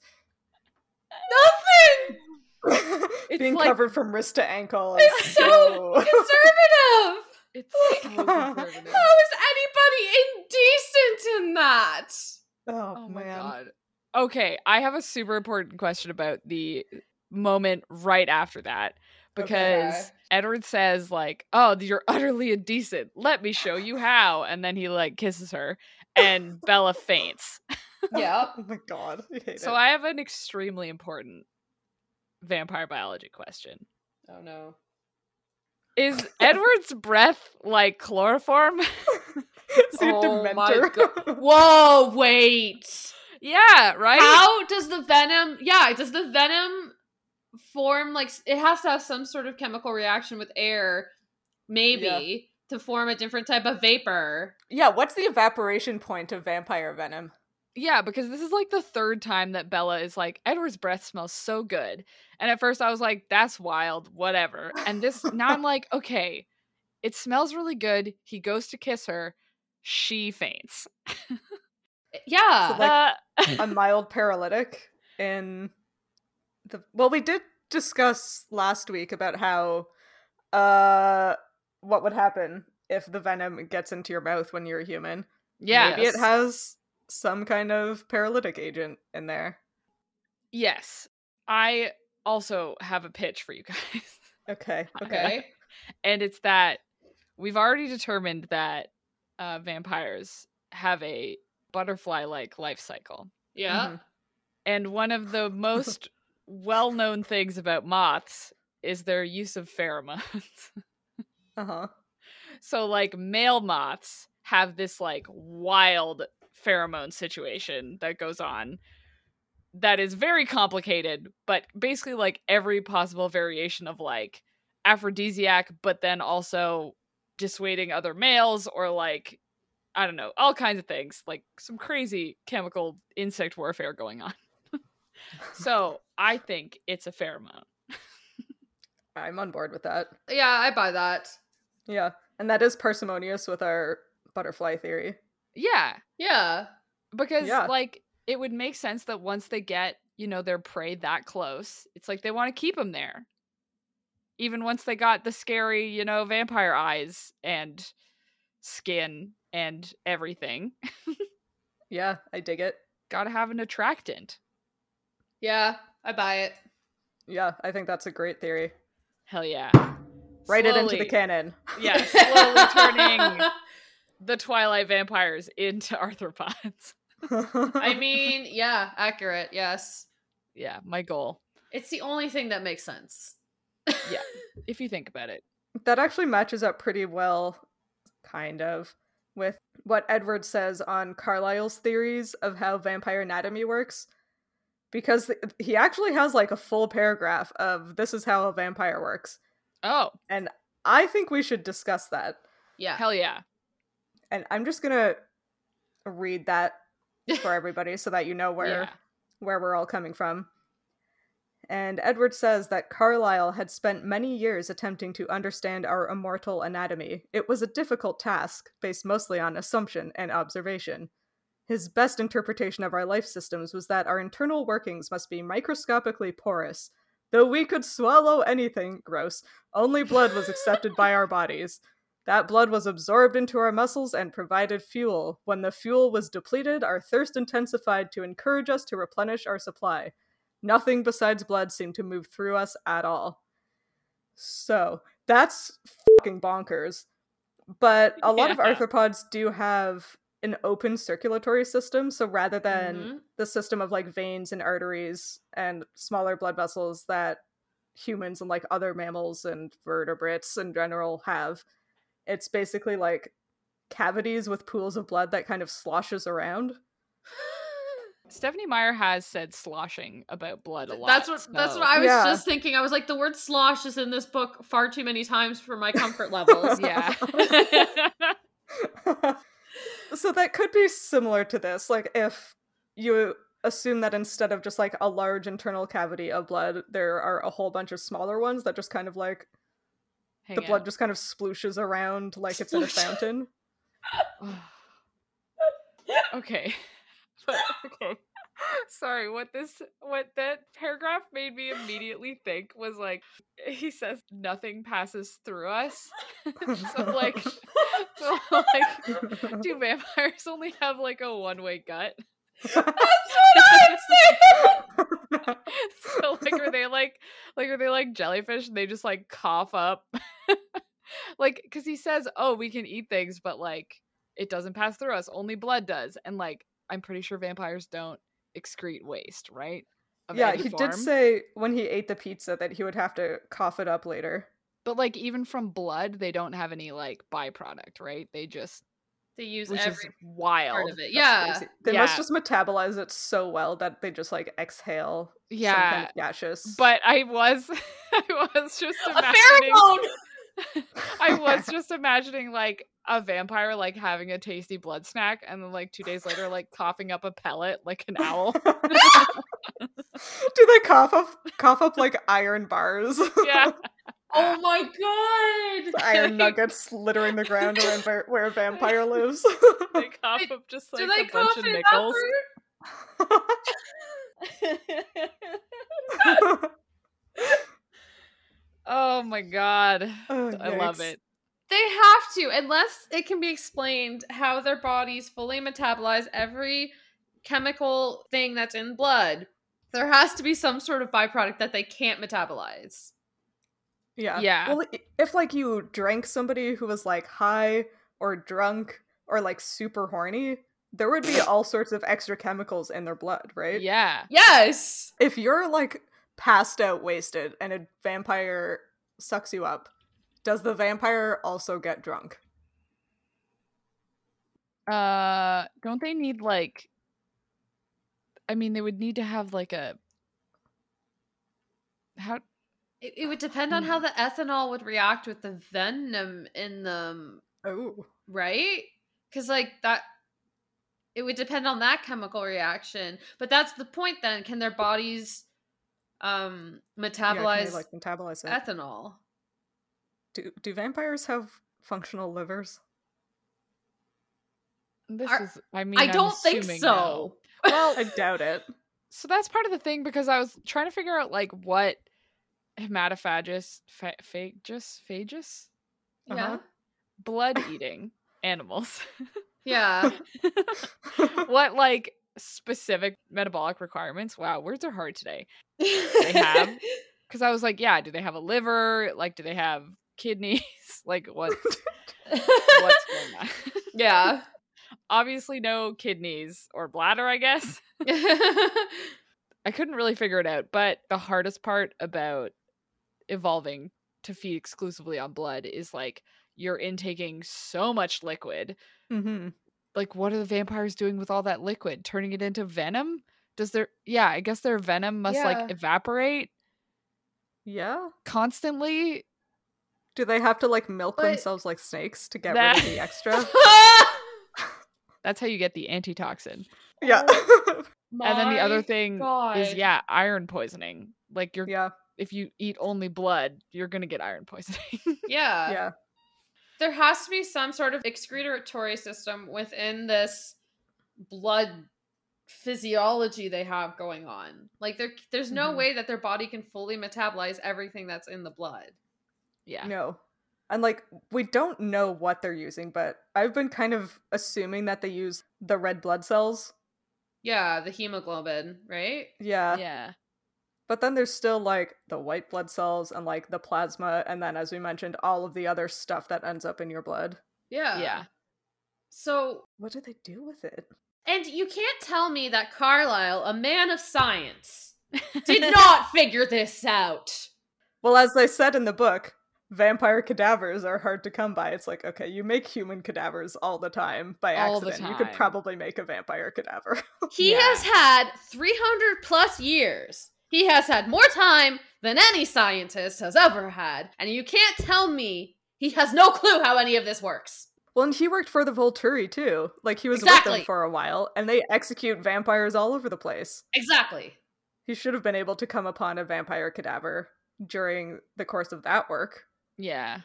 S1: nothing
S2: Being
S3: like-
S2: covered from wrist to ankle is
S1: It's so
S2: so.
S1: conservative.
S3: It's so conservative.
S1: How is anybody indecent in that?
S2: Oh,
S3: Oh my
S2: man.
S3: god. Okay, I have a super important question about the moment right after that because
S1: Okay.
S3: Edward says like, "Oh, you're utterly indecent. Let me show you how." And then he like kisses her and Bella faints.
S1: Yep.
S2: Oh my god. I hate
S3: So
S2: it.
S3: I have an extremely important vampire biology question.
S1: Oh no.
S3: Is Edward's breath like chloroform?
S2: Is he a
S1: Oh my
S2: dementor?
S1: Whoa, wait.
S3: yeah, right?
S1: How does the venom? Yeah, does the venom form like s- it has to have some sort of chemical reaction with air, maybe to form a different type of vapor?
S2: yeah, what's the evaporation point of vampire venom?
S3: Yeah, because this is like the third time that Bella is like, Edward's breath smells so good. And at first I was like, that's wild, whatever. And this, now I'm like, okay, it smells really good. He goes to kiss her. She faints.
S1: Yeah.
S2: So, like- A
S3: Uh,
S2: mild paralytic in the Well, we did discuss last week about how uh what would happen if the venom gets into your mouth when you're a human.
S3: yeah.
S2: Maybe it
S1: Yes.
S2: has some kind of paralytic agent in there.
S3: Yes. I also have a pitch for you guys.
S2: Okay. Okay.
S1: okay.
S3: and it's that we've already determined that uh, vampires have a butterfly like life cycle.
S1: Yeah.
S2: Mhm.
S3: And one of the most well known things about moths is their use of pheromones.
S2: Uh-huh.
S3: so, like, male moths have this, like, wild pheromone situation that goes on that is very complicated, but basically, like, every possible variation of, like, aphrodisiac, but then also dissuading other males or, like, I don't know, all kinds of things, like some crazy chemical insect warfare going on. So I think it's a pheromone.
S2: I'm on board with that.
S1: Yeah, I buy that.
S2: Yeah. And that is parsimonious with our butterfly theory.
S3: Yeah,
S1: Yeah.
S3: because
S2: Yeah.
S3: like it would make sense that once they get you know their prey that close, it's like they want to keep them there. Even once they got the scary you know vampire eyes and skin and everything,
S2: Yeah, I dig it.
S3: gotta have an attractant.
S1: Yeah, I buy it.
S2: Yeah, I think that's a great theory.
S3: Hell yeah!
S2: Write it into the
S3: Slowly-
S2: canon.
S3: Yeah, slowly turning the Twilight vampires into arthropods.
S1: I mean, yeah, accurate. Yes.
S3: Yeah, my goal.
S1: It's the only thing that makes sense.
S3: If you think about it.
S2: that actually matches up pretty well, kind of, with what Edward says on Carlyle's theories of how vampire anatomy works. Because th- he actually has like a full paragraph of this is how a vampire works.
S3: Oh,
S2: I think we should discuss that.
S1: Yeah.
S3: hell yeah.
S2: And I'm just going to read that for everybody so that you know where
S3: Yeah.
S2: where we're all coming from. And Edward says that Carlyle had spent many years attempting to understand our immortal anatomy. It was a difficult task, based mostly on assumption and observation. His best interpretation of our life systems was that our internal workings must be microscopically porous. Though we could swallow anything, gross, only blood was accepted by our bodies. That blood was absorbed into our muscles and provided fuel. When the fuel was depleted, our thirst intensified to encourage us to replenish our supply. Nothing besides blood seemed to move through us at all. So that's fucking bonkers. But a lot of
S3: Yeah.
S2: arthropods do have an open circulatory system. So rather than
S1: Mhm.
S2: the system of like veins and arteries and smaller blood vessels that humans and like other mammals and vertebrates in general have, it's basically like cavities with pools of blood that kind of sloshes around.
S1: Mm-hmm.
S3: Stephanie Meyer has said sloshing about blood a lot.
S1: That's what that's
S3: so-
S1: what I was
S2: Yeah.
S1: just thinking. I was like, the word slosh is in this book far too many times for my comfort levels.
S3: Yeah.
S2: so that could be similar to this like if you assume that instead of just like a large internal cavity of blood there are a whole bunch of smaller ones that just kind of like the
S3: Hang
S2: blood just kind of splooshes around like it's in a
S1: Sploosh.
S2: fountain
S3: out. okay. But- okay. Sorry, what this what that paragraph made me immediately think was like he says nothing passes through us. so like so like do vampires only have like a one-way gut? so like are they like like are they like jellyfish and they just like cough up like because he says oh we can eat things but like it doesn't pass through us only blood does and like i'm pretty sure vampires don't excrete waste right Of
S2: yeah
S3: any
S2: he
S3: form.
S2: did say when he ate the pizza that he would have to cough it up later
S3: but like even from blood they don't have any like byproduct right they just
S1: They use
S3: which is
S1: every part
S3: wild
S1: of it.
S2: That's
S1: Yeah.
S2: crazy. they must
S3: Yeah.
S2: just metabolize it so well that they just like exhale some kind
S3: yeah
S2: of gaseous
S3: but i was i was just
S1: A
S3: imagining
S1: pheromone.
S3: I was just imagining like a vampire like having a tasty blood snack and then like two days later like coughing up a pellet like an owl.
S2: Do they cough up cough up like iron bars?
S3: Yeah.
S1: Oh my god.
S2: iron nuggets littering the ground around where, where a vampire lives.
S3: They cough up just like
S1: Do they
S3: a bunch
S1: cough
S3: of
S1: it
S3: nickels. Oh my god.
S2: Oh,
S3: I love
S2: yikes.
S3: it.
S1: They have to, unless it can be explained how their bodies fully metabolize every chemical thing that's in blood. There has to be some sort of byproduct that they can't metabolize.
S2: Yeah.
S3: Yeah.
S2: Well, i- if like you drank somebody who was like high or drunk or like super horny, there would be all sorts of extra chemicals in their blood, right?
S3: Yeah.
S1: Yes.
S2: If you're like passed out wasted and a vampire sucks you up, does the vampire also get drunk?
S3: Uh don't they need like I mean they would need to have like a how
S1: It, it would depend on
S3: Mm.
S1: how the ethanol would react with the venom in them,
S2: Oh.
S1: right? Because, like, that. It would depend on that chemical reaction. But that's the point then. Can their bodies um
S2: Yeah, can
S1: metabolize
S2: they, like metabolize it.
S1: ethanol?
S2: do, do vampires have functional livers?
S3: this
S1: Are-
S3: is I mean
S1: I
S3: I'm
S1: don't think
S3: assuming
S1: so.
S3: no. Well,
S2: I doubt it.
S3: so that's part of the thing because I was trying to figure out like what hematophagus, fa- phagus, phagus,
S1: Yeah.
S2: Uh-huh.
S3: blood eating animals.
S1: Yeah.
S3: Uh-huh. what like specific metabolic requirements? Wow, words are hard today. They have. Because I was like, yeah, do they have a liver? Like, do they have kidneys? like, what? What's going on?
S1: yeah.
S3: Obviously, no kidneys or bladder, I guess. I couldn't really figure it out, but the hardest part about evolving to feed exclusively on blood is like you're intaking so much liquid.
S2: mm-hmm.
S3: Like, what are the vampires doing with all that liquid? Turning it into venom? Does their, yeah, I guess their venom must
S1: Yeah.
S3: like evaporate
S2: Yeah.
S3: constantly.
S2: Do they have to like milk
S1: But-
S2: themselves like snakes to get rid
S3: That-
S2: of the extra?
S3: That's how you get the antitoxin.
S2: yeah.
S3: and then
S1: My
S3: the other thing is,
S1: God.
S3: yeah, iron poisoning. Like, you're,
S2: yeah.
S3: if you eat only blood, you're going to get iron poisoning.
S1: yeah.
S2: Yeah.
S1: There has to be some sort of excretory system within this blood physiology they have going on. Like there there's no
S2: Mhm.
S1: way that their body can fully metabolize everything that's in the blood.
S3: yeah.
S2: No. And like we don't know what they're using, but I've been kind of assuming that they use the red blood cells.
S1: Yeah, the hemoglobin, right?
S2: Yeah.
S3: Yeah.
S2: But then there's still like the white blood cells and like the plasma, and then as we mentioned, all of the other stuff that ends up in your blood.
S1: Yeah.
S3: yeah.
S1: So,
S2: What do they do with it?
S1: and you can't tell me that Carlyle, a man of science, did not figure this out.
S2: Well, as they said in the book, vampire cadavers are hard to come by. It's like, okay, you make human cadavers all the time by
S3: All the
S2: accident. You could
S3: time.
S2: probably make a vampire cadaver.
S1: He
S3: Yeah.
S1: has had 300 plus years. He has had more time than any scientist has ever had. And you can't tell me he has no clue how any of this works.
S2: well, and he worked for the Volturi too. Like he was with
S1: Exactly.
S2: them for a while, and they execute vampires all over the place.
S1: Exactly.
S2: He should have been able to come upon a vampire cadaver during the course of that work.
S3: yeah.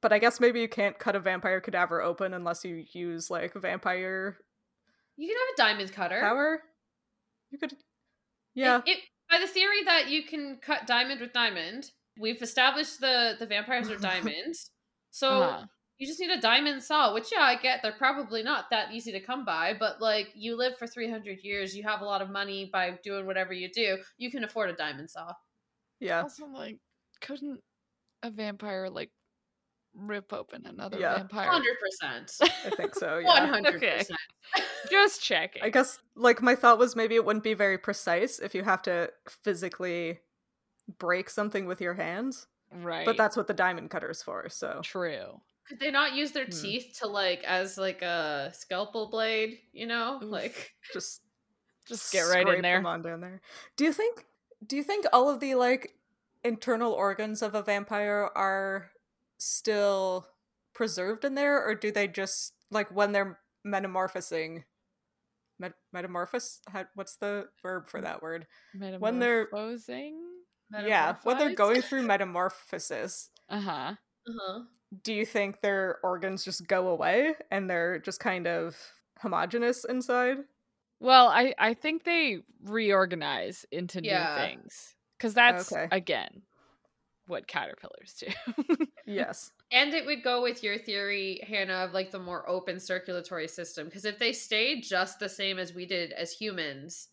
S2: But I guess maybe you can't cut a vampire cadaver open unless you use like vampire
S1: You can have a diamond cutter.
S2: power. You could,
S1: It-
S2: yeah.
S1: it- by the theory that you can cut diamond with diamond, we've established the, the vampires are diamonds. So
S3: Uh-huh.
S1: you just need a diamond saw, which, yeah, I get. They're probably not that easy to come by, but like you live for 300 years, you have a lot of money by doing whatever you do, you can afford a diamond saw.
S2: yeah.
S3: Also, like, couldn't a vampire like rip open another
S2: Yeah.
S3: vampire?
S1: Hundred percent.
S2: I think so. Oh, Yeah.
S1: One hundred percent.
S3: Just checking.
S2: I guess like my thought was maybe it wouldn't be very precise if you have to physically break something with your hands.
S3: right.
S2: But that's what the diamond cutter's for, so
S3: true.
S1: Could they not use their
S2: Hmm.
S1: teeth to like as like a scalpel blade? You know,
S3: Oof.
S1: like
S2: just
S3: Just get right in
S2: scrape
S3: there.
S2: Them on down there. Do you think do you think all of the like internal organs of a vampire are still preserved in there or do they just like when they're metamorphosing met- metamorphose how, what's the verb for that word When they're-
S3: Metamorphosing?
S2: yeah when they're
S1: metamorphized?
S2: going through metamorphosis
S3: Uh huh.
S1: Uh-huh.
S2: do you think their organs just go away and they're just kind of homogenous inside?
S3: Well, I I think they reorganize into
S1: Yeah.
S3: new things because that's
S2: Okay.
S3: again what caterpillars do.
S2: Yes.
S1: And it would go with your theory, Hannah, of like the more open circulatory system. Because if they stayed just the same as we did as humans,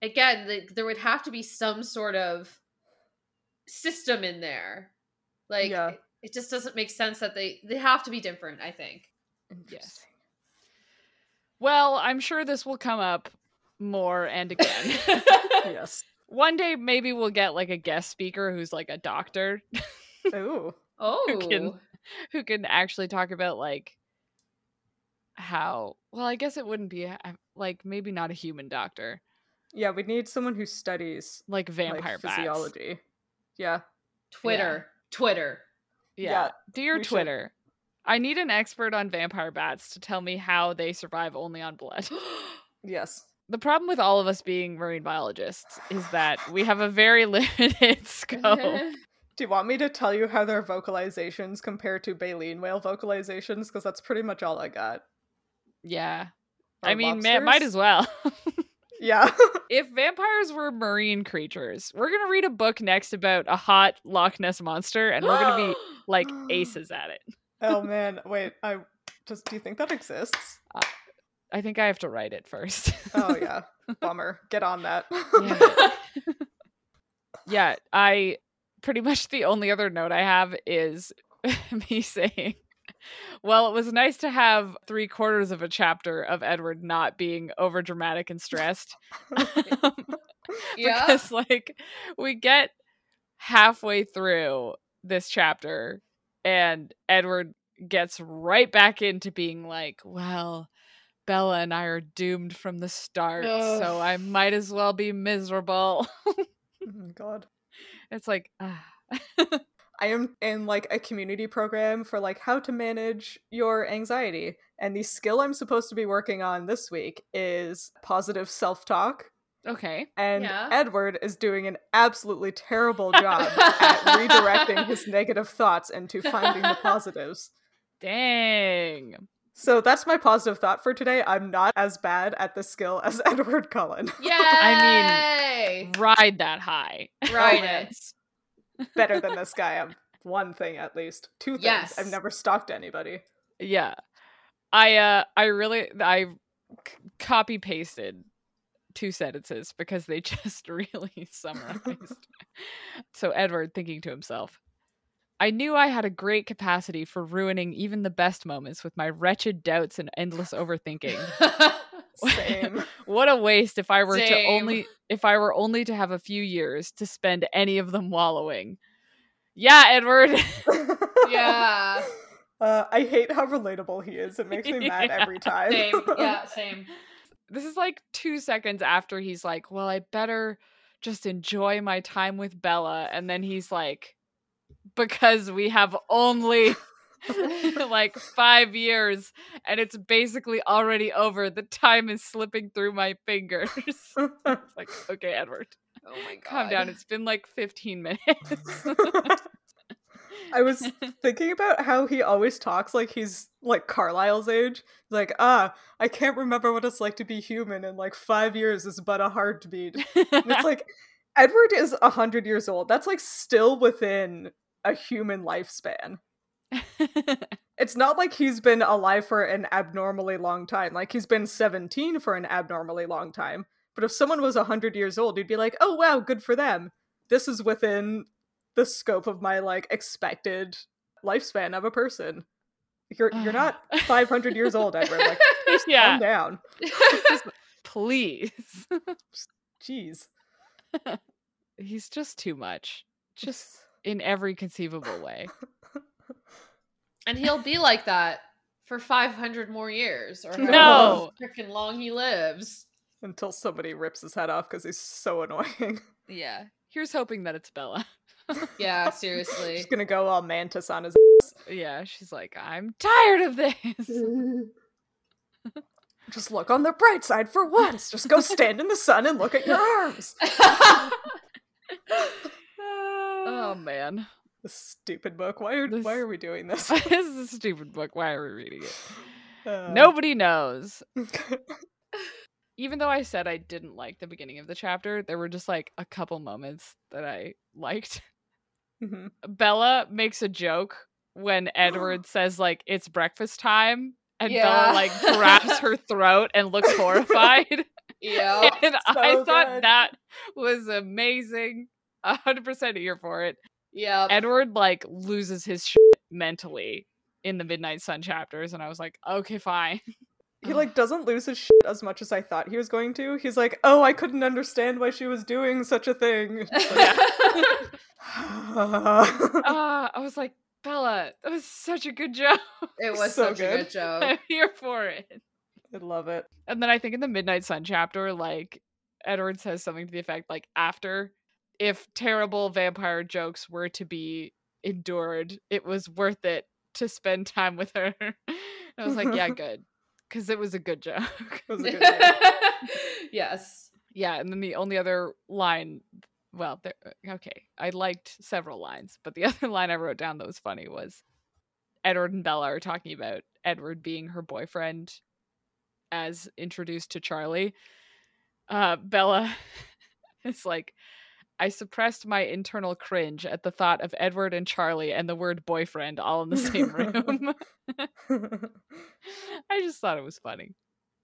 S1: again, the, there would have to be some sort of system in there. Like
S2: Yeah.
S1: it, it just doesn't make sense that they they have to be different. I think.
S2: Interesting.
S3: well, I'm sure this will come up more and again.
S2: Yes.
S3: One day, maybe we'll get like a guest speaker who's like a doctor
S2: Ooh.
S1: Oh,
S3: can- who can actually talk about like how. Well, I guess it wouldn't be a- like maybe not a human doctor,
S2: Yeah, we need someone who studies
S3: like
S2: like,
S3: vampire bats.
S2: physiology. Yeah.
S1: Twitter, Twitter.
S3: Yeah.
S2: Yeah,
S3: Dear
S2: we should.
S3: Twitter, I need an expert on vampire bats to tell me how they survive only on blood.
S2: Yes.
S3: the problem with all of us being marine biologists is that we have a very limited scope.
S2: Do you want me to tell you how their vocalizations compare to baleen whale vocalizations? Because that's pretty much all I got.
S3: yeah.
S2: Or
S3: I mean, man, might as
S2: lobsters?
S3: well.
S2: Yeah.
S3: if vampires were marine creatures, we're going to read a book next about a hot Loch Ness monster and we're going to be like aces at it.
S2: oh man. Wait. I just. Do you think that exists?
S3: I think I have to write it first.
S2: Oh yeah. Bummer. Get on that. Oh,
S3: Yeah. yeah, I pretty much the only other note I have is me saying, well, it was nice to have three quarters of a chapter of Edward not being over dramatic and stressed.
S1: yeah.
S3: Because, like, we get halfway through this chapter and Edward gets right back into being like, well, Bella and I are doomed from the start, so
S1: Ugh.
S3: I might as well be miserable.
S2: oh my god.
S3: It's like, ah.
S2: I am in like a community program for like how to manage your anxiety. And the skill I'm supposed to be working on this week is positive self-talk.
S3: okay.
S2: And
S1: Yeah.
S2: Edward is doing an absolutely terrible job at redirecting his negative thoughts into finding the positives.
S3: Dang.
S2: So that's my positive thought for today. I'm not as bad at the skill as Edward Cullen.
S1: Yeah. Eh.
S3: I Ride that high.
S1: Ride
S2: man.
S1: it.
S2: Better than this guy. I'm one thing at least. Two things.
S1: Yes.
S2: I've never stalked anybody.
S3: Yeah. I uh I really I c- copy pasted two sentences because they just really summarized. so Edward thinking to himself, I knew I had a great capacity for ruining even the best moments with my wretched doubts and endless overthinking.
S2: Same.
S3: what a waste if I were to
S1: Same.
S3: only if I were only to have a few years to spend any of them wallowing. Yeah, Edward.
S1: yeah.
S2: Uh, I hate how relatable he is. It makes me mad
S3: Yeah.
S2: every time.
S1: Same. Yeah, same.
S3: this is like two seconds after he's like, Well, I better just enjoy my time with Bella. And then he's like, Because we have only like five years and it's basically already over. The time is slipping through my fingers. It's like, okay, Edward,
S1: Oh my god.
S3: calm down. It's been like 15 minutes.
S2: I was thinking about how he always talks like he's like Carlyle's age. Like, ah, I can't remember what it's like to be human, and like five years is but a heartbeat. And it's like Edward is a hundred years old. That's like still within a human lifespan. It's not like he's been alive for an abnormally long time. Like he's been 17 for an abnormally long time. But if someone was 100 years old, you'd be like, "Oh wow, good for them. This is within the scope of my like expected lifespan of a person." You're you're not 500 years old, Edward. Like, calm
S3: yeah,
S2: down.
S3: please.
S2: Jeez.
S3: He's just too much. Just in every conceivable way.
S1: and he'll be like that for 500 more years or
S2: No.
S1: however freaking long he lives.
S2: until somebody rips his head off because he's so annoying.
S3: Yeah. Here's hoping that it's Bella.
S1: Yeah, seriously.
S2: He's gonna go all mantis on his.
S3: Yeah, she's like, I'm tired of this.
S2: Just look on the bright side for once. Just go stand in the sun and look at your arms.
S3: oh Um,
S1: oh,
S3: man.
S2: This stupid book. Why are
S3: This-
S2: why are we doing this?
S3: this is a stupid book. Why are we reading it?
S2: Uh, mm-hmm.
S3: Nobody knows. Even though I said I didn't like the beginning of the chapter, there were just like a couple moments that I liked.
S2: Mhm.
S3: Bella makes a joke when Edward says like it's breakfast time and
S1: Yeah.
S3: Bella like grabs her throat and looks horrified.
S1: yeah.
S3: and I
S2: Oh, so
S3: thought
S2: good.
S3: that was amazing. A hundred percent here for it.
S1: Yeah.
S3: Edward like loses his shit mentally in the Midnight Sun chapters, and I was like, okay, fine.
S2: He like doesn't lose his shit as much as I thought he was going to. He's like, oh, I couldn't understand why she was doing such a thing.
S3: uh, I was like, Bella, that was such a good job.
S1: it was
S2: So
S1: such a
S2: good.
S1: good joke.
S3: I'm here for it.
S2: I love it.
S3: And then I think in the Midnight Sun chapter, like Edward says something to the effect like, after if terrible vampire jokes were to be endured, it was worth it to spend time with her. And I was like, yeah, good. Because it was a good joke.
S2: It was a good joke.
S1: yes.
S3: Yeah, and then the only other line, well, there, uh, okay, I liked several lines, but the other line I wrote down that was funny was Edward and Bella are talking about Edward being her boyfriend as introduced to Charlie. Uh, Bella is like, I suppressed my internal cringe at the thought of Edward and Charlie and the word boyfriend all in the same room. I just thought it was funny.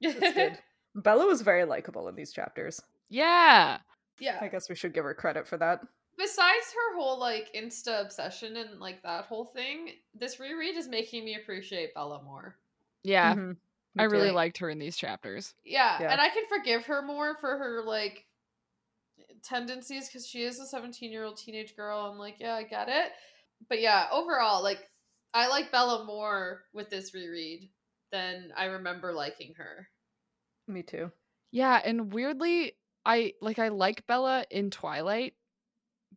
S2: That's good. Bella was very likable in these chapters.
S3: Yeah.
S1: yeah.
S2: I guess we should give her credit for that.
S1: Besides her whole like Insta obsession and like that whole thing, this reread is making me appreciate Bella more.
S3: Yeah.
S2: Mhm. Me
S3: I really
S2: too.
S3: liked her in these chapters.
S1: Yeah,
S2: Yeah.
S1: and I can forgive her more for her like tendencies because she is a 17 year old teenage girl. I'm like, yeah, I get it. But yeah, overall, like I like Bella more with this reread than I remember liking her.
S2: Me too.
S3: Yeah, and weirdly, I like I like Bella in Twilight,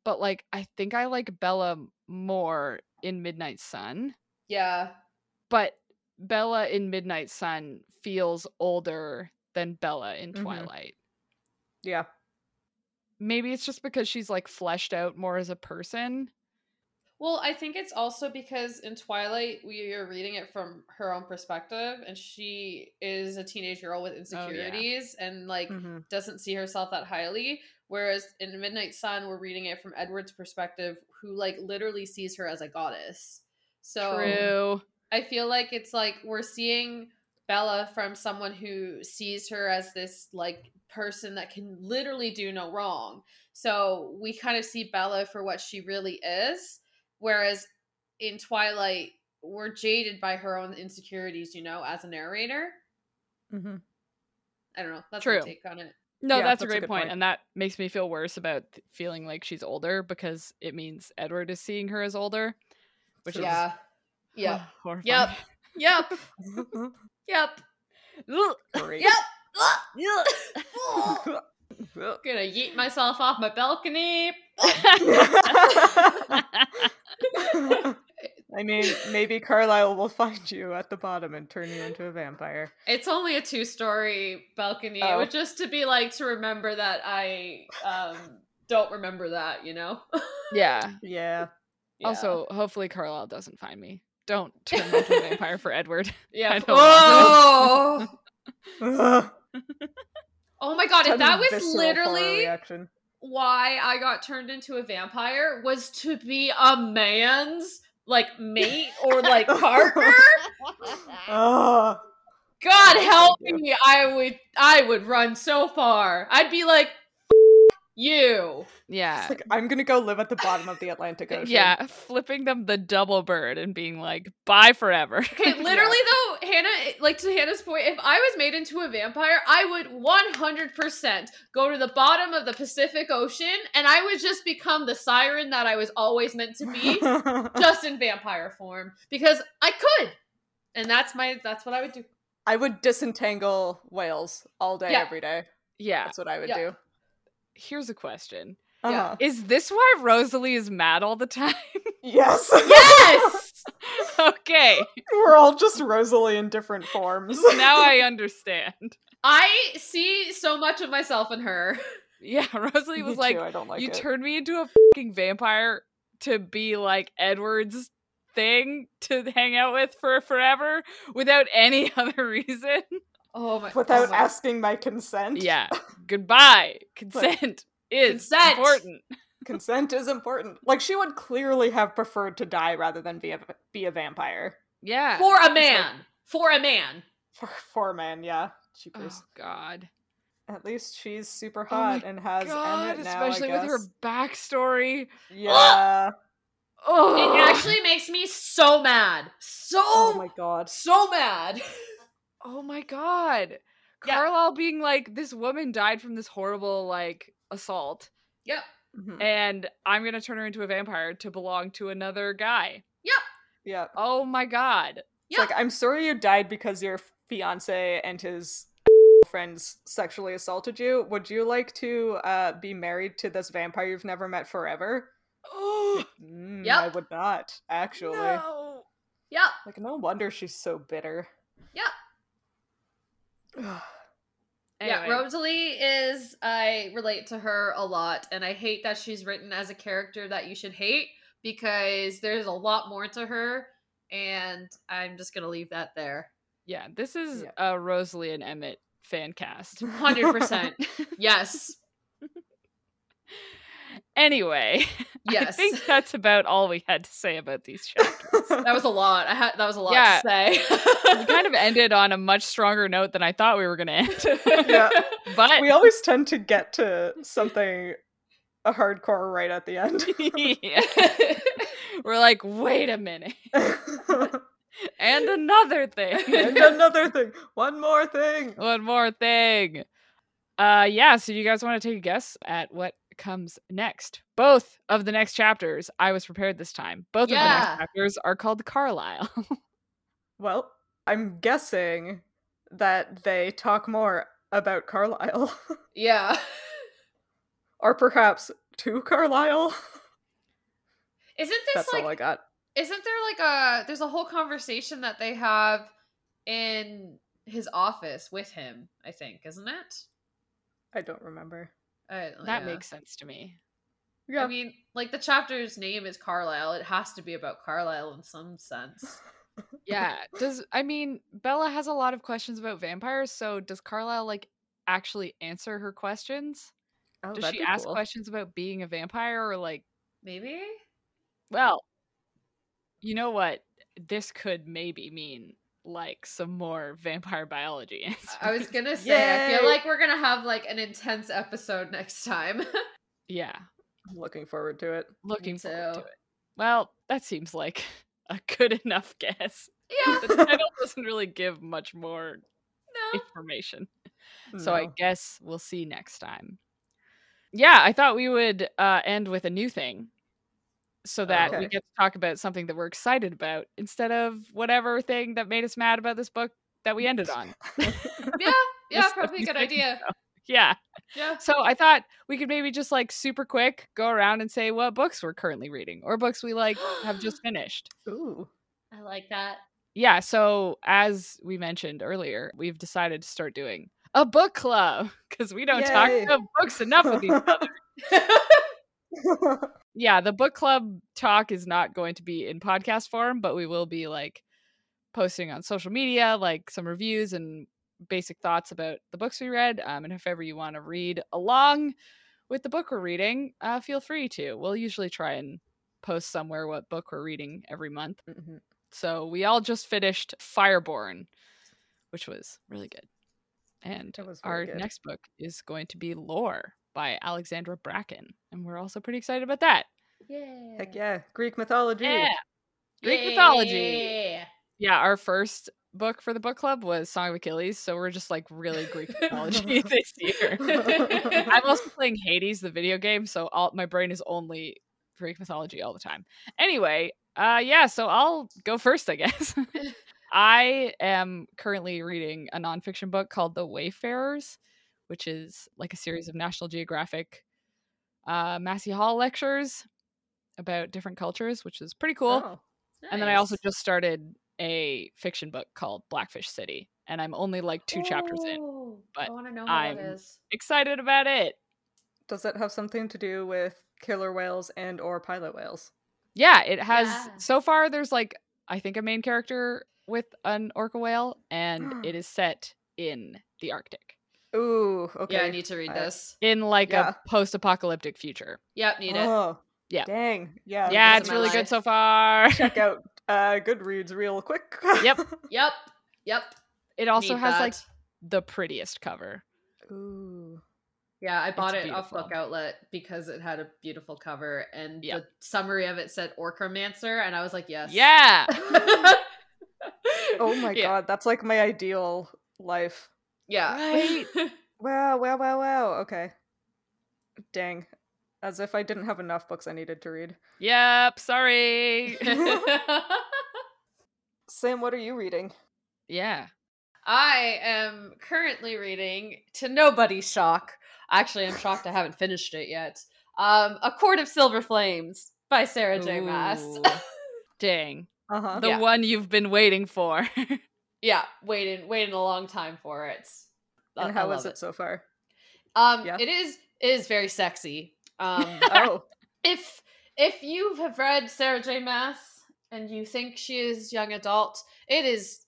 S3: but like I think I like Bella m- more in Midnight Sun.
S1: Yeah,
S3: But Bella in Midnight Sun feels older than Bella in
S2: Mhm.
S3: Twilight.
S2: Yeah.
S3: Maybe it's just because she's like fleshed out more as a person.
S1: Well, I think it's also because in Twilight we are reading it from her own perspective, and she is a teenage girl with insecurities and like
S2: Mhm.
S1: doesn't see herself that highly. Whereas in Midnight Sun, we're reading it from Edward's perspective, who like literally sees her as a goddess. So
S3: True.
S1: I feel like it's like we're seeing Bella from someone who sees her as this like person that can literally do no wrong. So we kind of see Bella for what she really is, whereas in Twilight we're jaded by her own insecurities, you know, as a narrator.
S2: hmm
S1: I don't know. That's my
S3: True.
S1: take on it.
S3: No,
S2: Yeah, that's
S3: that's,
S2: a
S3: a great
S2: good
S3: point,
S2: point.
S3: and that makes me feel worse about th- feeling like she's older because it means Edward is seeing her as older, which is
S1: yeah. Yep.
S3: horrifying.
S1: Yep. Yep.
S2: mm-hmm.
S1: Yep.
S2: Great.
S1: Yep. I'm gonna yeet myself off my balcony.
S2: I mean, maybe Carlisle will find you at the bottom and turn you into a vampire.
S1: It's only a two story balcony,
S2: Oh.
S1: but just to be like to remember that I um don't remember that, you know?
S3: yeah.
S2: Yeah.
S3: Also, hopefully Carlisle doesn't find me. Don't turn me into a vampire for Edward.
S1: yeah.
S3: I don't
S1: oh!
S2: Ugh.
S1: oh my god,
S2: Ton
S1: if
S2: of
S1: that was
S2: visceral horror
S1: literally
S2: reaction.
S1: why I got turned into a vampire was to be a man's like mate or like partner.
S2: Ugh.
S1: God
S2: No,
S1: help
S2: thank
S1: me. I would I would run so far. I'd be like "F- you.
S3: Yeah.
S2: It's like, I'm gonna go live at the bottom of the Atlantic Ocean.
S3: Yeah, flipping them the double bird and being like, bye forever.
S1: Okay, literally though, Hannah, like to Hannah's point, if I was made into a vampire, I would 100% go to the bottom of the Pacific Ocean and I would just become the siren that I was always meant to be, just in vampire form because I could. And that's my that's what I would do.
S2: I would disentangle whales all day,
S1: Yeah.
S2: every day.
S3: Yeah.
S2: That's what I would
S1: Yeah.
S2: do.
S3: Here's a question.
S1: Yeah.
S2: Uh-huh.
S3: Is this why Rosalie is mad all the time?
S2: Yes.
S1: Yes.
S3: okay.
S2: We're all just Rosalie in different forms.
S3: Now I understand.
S1: I see so much of myself in her.
S3: Yeah, Rosalie
S2: Me
S3: was
S2: too,
S3: like,
S2: I don't like
S3: you
S2: it.
S3: turned me into a fucking vampire to be like Edward's thing to hang out with for forever without any other reason.
S1: Oh my
S2: without
S1: oh my-
S2: asking my consent.
S3: Yeah. Goodbye. Consent is
S1: Consent.
S3: important.
S2: Consent is important. Like she would clearly have preferred to die rather than be a be a vampire.
S3: Yeah.
S1: for a man. For a man.
S2: For for man, yeah. Cheapers.
S3: Oh god.
S2: At least she's super
S3: Oh my
S2: hot and has
S3: God,
S2: Emmett now.
S3: especially
S2: I
S3: with her
S2: guess.
S3: backstory.
S2: Yeah.
S3: Oh,
S1: It actually makes me so mad. So
S2: Oh my god.
S1: so mad.
S3: oh my god.
S1: Yeah.
S3: Carlisle being like, this woman died from this horrible like assault,
S1: Yep.
S2: Mhm.
S3: and I'm gonna turn her into a vampire to belong to another guy.
S2: Yeah.
S3: Oh my god.
S2: It's like I'm sorry you died because your fiance and his friends sexually assaulted you. Would you like to uh, be married to this vampire you've never met forever?
S3: Oh
S2: Mm, I
S1: Yep.
S2: would not actually.
S3: no.
S1: Yep.
S2: Like no wonder she's so bitter. Ugh.
S1: Yeah,
S3: Anyway,
S1: Rosalie is I relate to her a lot and I hate that she's written as a character that you should hate because there's a lot more to her and I'm just going to leave that there.
S3: yeah, this is
S2: Yeah.
S3: a Rosalie and Emmett fan cast.
S1: 100%. yes.
S3: Anyway, I
S1: Yes.
S3: think that's about all we had to say about these shows.
S1: that was a lot. I had that was a lot
S3: Yeah.
S1: to say.
S3: we kind of ended on a much stronger note than I thought we were going to end.
S2: Yeah.
S3: But
S2: we always tend to get to something a hardcore right at the end.
S3: Yeah. we're like, wait a minute.
S2: and
S3: And another thing.
S2: another thing. One more thing.
S3: One more thing. Uh yeah, so you guys want to take a guess at what comes next? Both of the next chapters, I was prepared this time. Both of the
S1: Yeah.
S3: next chapters are called Carlisle.
S2: Well, I'm guessing that they talk more about Carlisle.
S1: yeah.
S2: or perhaps to Carlisle.
S1: Isn't this
S2: That's all I
S1: like
S2: got.
S1: isn't there like a there's a whole conversation that they have in his office with him, I think, isn't it?
S2: I don't remember.
S1: Uh,
S3: that
S1: yeah.
S3: makes sense to me.
S2: Yeah.
S1: I mean, like the chapter's name is Carlisle. It has to be about Carlisle in some sense.
S3: Yeah. Does I mean Bella has a lot of questions about vampires, so does Carlisle like actually answer her questions?
S2: Oh,
S3: Does
S2: that'd
S3: she
S2: be
S3: ask
S2: cool.
S3: questions about being a vampire or like,
S1: Maybe?
S3: well, you know what? This could maybe mean like some more vampire biology.
S2: Uh,
S3: answers.
S1: I was gonna say, I feel
S2: Yay.
S1: like we're gonna have like an intense episode next time.
S3: yeah,
S2: I'm looking forward to it.
S3: looking forward to
S1: too.
S3: it. Well, that seems like a good enough guess.
S1: yeah,
S3: The title doesn't really give much more
S1: no.
S3: information. So I
S2: No.
S3: guess we'll see next time. Yeah, I thought we would uh, end with a new thing so that we
S2: Okay.
S3: get to talk about something that we're excited about instead of whatever thing that made us mad about this book that we ended on.
S1: Yeah, yeah,
S3: Just-
S1: probably a good idea.
S3: Yeah.
S1: Yeah.
S3: So I thought we could maybe just like super quick go around and say what books we're currently reading or books we like have just finished.
S2: Ooh.
S1: I like that.
S3: Yeah, so as we mentioned earlier, we've decided to start doing a book club because we don't talk
S2: Yay.
S3: about books enough with each other. yeah, the book club talk is not going to be in podcast form, but we will be like posting on social media, like some reviews and basic thoughts about the books we read. Um, and if ever you want to read along with the book we're reading, uh, feel free to. We'll usually try and post somewhere what book we're reading every month.
S2: Mhm.
S3: So we all just finished Fireborn, which was really good. And
S2: It was very
S3: our
S2: good.
S3: next book is going to be Lore by Alexandra Bracken. And we're also pretty excited about that.
S1: Yeah.
S2: Heck yeah. Greek mythology.
S3: Yeah. Greek mythology.
S1: Yeah.
S3: Yeah, our first book for the book club was Song of Achilles. So we're just like really Greek mythology this year. I'm also playing Hades, the video game, so all my brain is only Greek mythology all the time. Anyway, uh, yeah, so I'll go first, I guess. I am currently reading a nonfiction book called The Wayfarers, which is like a series of National Geographic uh, Massey Hall lectures about different cultures, which is pretty cool.
S2: Oh.
S3: And then I also
S1: Nice.
S3: just started a fiction book called Blackfish City, and I'm only like two chapters in.
S1: Ooh,
S3: but
S1: Oh, I want to know how that
S3: I'm-
S1: is.
S3: Excited about it.
S2: Does that have something to do with killer whales and or pilot whales?
S3: Yeah, it has
S1: Yeah.
S3: so far there's like I think a main character with an orca whale and it is set in the Arctic.
S2: Ooh, okay.
S1: Yeah, I need to read
S2: I-
S1: this.
S3: In like
S2: Yeah.
S3: a post-apocalyptic future.
S1: Yep, need it.
S2: oh,
S3: Yeah.
S2: Dang. Yeah.
S3: yeah,
S1: because
S3: it's
S1: of my
S3: really
S1: life.
S3: good so far.
S2: Check out uh, Goodreads real quick.
S3: Yep.
S1: Yep, yep.
S3: It also
S1: need
S3: has like
S1: that.
S3: the prettiest cover.
S2: Ooh.
S1: Yeah, I bought it
S3: It's
S1: off Book
S3: beautiful.
S1: Outlet because it had a beautiful cover, and
S3: Yeah.
S1: the summary of it said Orcromancer, and I was like, yes.
S3: Yeah.
S2: Oh my
S3: Yeah.
S2: god, that's like my ideal life.
S1: Yeah.
S3: Right?
S2: Wow, wow, wow, wow. Okay. Dang. As if I didn't have enough books I needed to read.
S3: Yep, sorry.
S2: Sam, what are you reading?
S3: yeah.
S1: I am currently reading, to nobody's shock, actually, I'm shocked I haven't finished it yet, um, A Court of Silver Flames by Sarah J. Mass.
S3: Ooh. Dang.
S2: Uh huh.
S3: The
S1: Yeah.
S3: one you've been waiting for.
S1: yeah, waiting, waiting a long time for it. I-
S2: And
S1: I
S2: how is
S1: love
S2: it, so far?
S1: Um,
S2: Yeah.
S1: it is it is very sexy. Um,
S2: Oh,
S1: if if you have read Sarah J. Mass and you think she is young adult, it is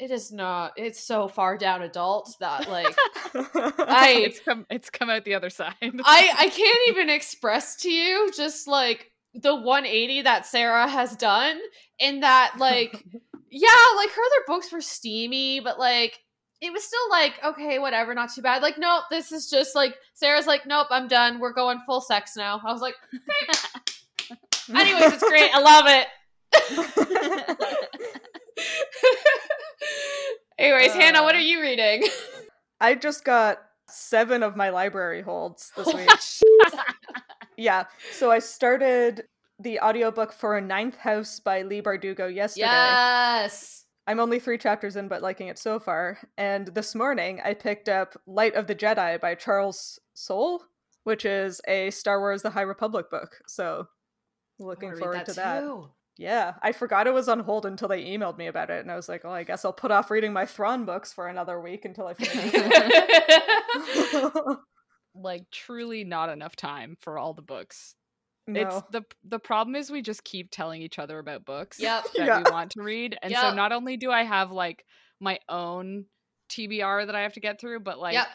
S1: it is not. It's so far down adult that like
S2: Oh.
S1: I-
S3: it's come it's come out the other side.
S1: I I can't even express to you just like the 180 that Sarah has done in that like yeah, like her other books were steamy, but like it was still like okay, whatever, not too bad. Like nope, this is just like Sarah's like nope, I'm done. We're going full sex now. I was like anyways, it's great. I love it. anyways, Hannah, what
S3: Uh,
S1: are you reading?
S2: I just got seven of my library holds this week. yeah. So I started the audiobook for A Ninth House by Lee Bardugo yesterday.
S1: yes.
S2: I'm only three chapters in, but liking it so far. And this morning, I picked up Light of the Jedi by Charles Soule, which is a Star Wars The High Republic book. So looking
S1: wanna read
S2: forward to that.
S1: too.
S2: Yeah, I forgot it was on hold until they emailed me about it. And I was like, well, I guess I'll put off reading my Thrawn books for another week until I finish
S1: yeah,
S2: it.
S3: like truly not enough time for all the books.
S2: no.
S3: It's the the problem is we just keep telling each other about books
S1: Yep.
S3: that
S2: Yeah.
S3: we want to read. And so
S1: Yep.
S3: not only do I have like my own TBR that I have to get through, but like
S1: yep,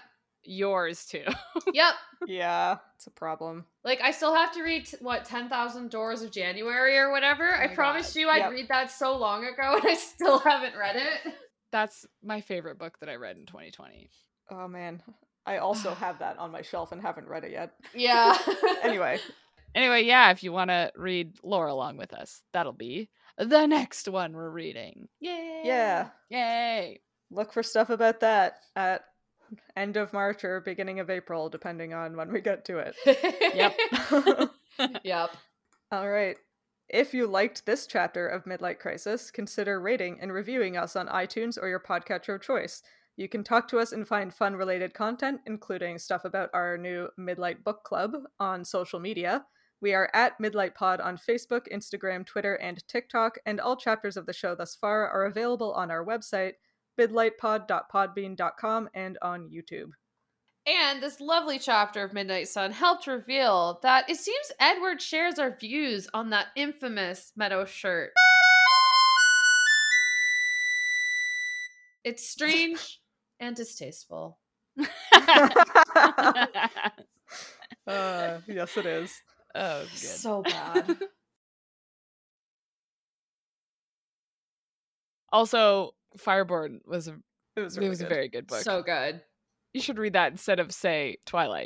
S3: yours too.
S1: yep.
S2: yeah, it's a problem.
S1: Like I still have to read t- what Ten Thousand Doors of January or whatever.
S3: Oh
S1: I
S3: my
S1: promised you I'd
S2: Yep.
S1: read that so long ago, and I still haven't read it.
S3: That's my favorite book that I read in 2020.
S2: Oh man, I also have that on my shelf and haven't read it yet.
S1: Yeah.
S2: Anyway,
S3: Anyway, yeah, if you want to read Laura along with us, that'll be the next one we're reading. Yay!
S2: yeah,
S3: Yay!
S2: look for stuff about that at end of March or beginning of April, depending on when we get to it.
S1: yep. Yep.
S2: All right. If you liked this chapter of Midlight Crisis, consider rating and reviewing us on iTunes or your podcatcher of choice. You can talk to us and find fun related content, including stuff about our new Midlight Book Club on social media. We are at Midlight Pod on Facebook, Instagram, Twitter, and TikTok, and all chapters of the show thus far are available on our website, midlightpod.podbean.com, and on YouTube.
S1: And this lovely chapter of Midnight Sun helped reveal that it seems Edward shares our views on that infamous meadow shirt. It's strange and distasteful.
S2: Uh, yes, it is.
S3: oh, good.
S1: So bad.
S3: Also, Fireborn was a,
S2: It was
S3: it
S2: really
S3: was a
S2: good.
S3: very good book.
S1: so good.
S3: you should read that instead of say Twilight.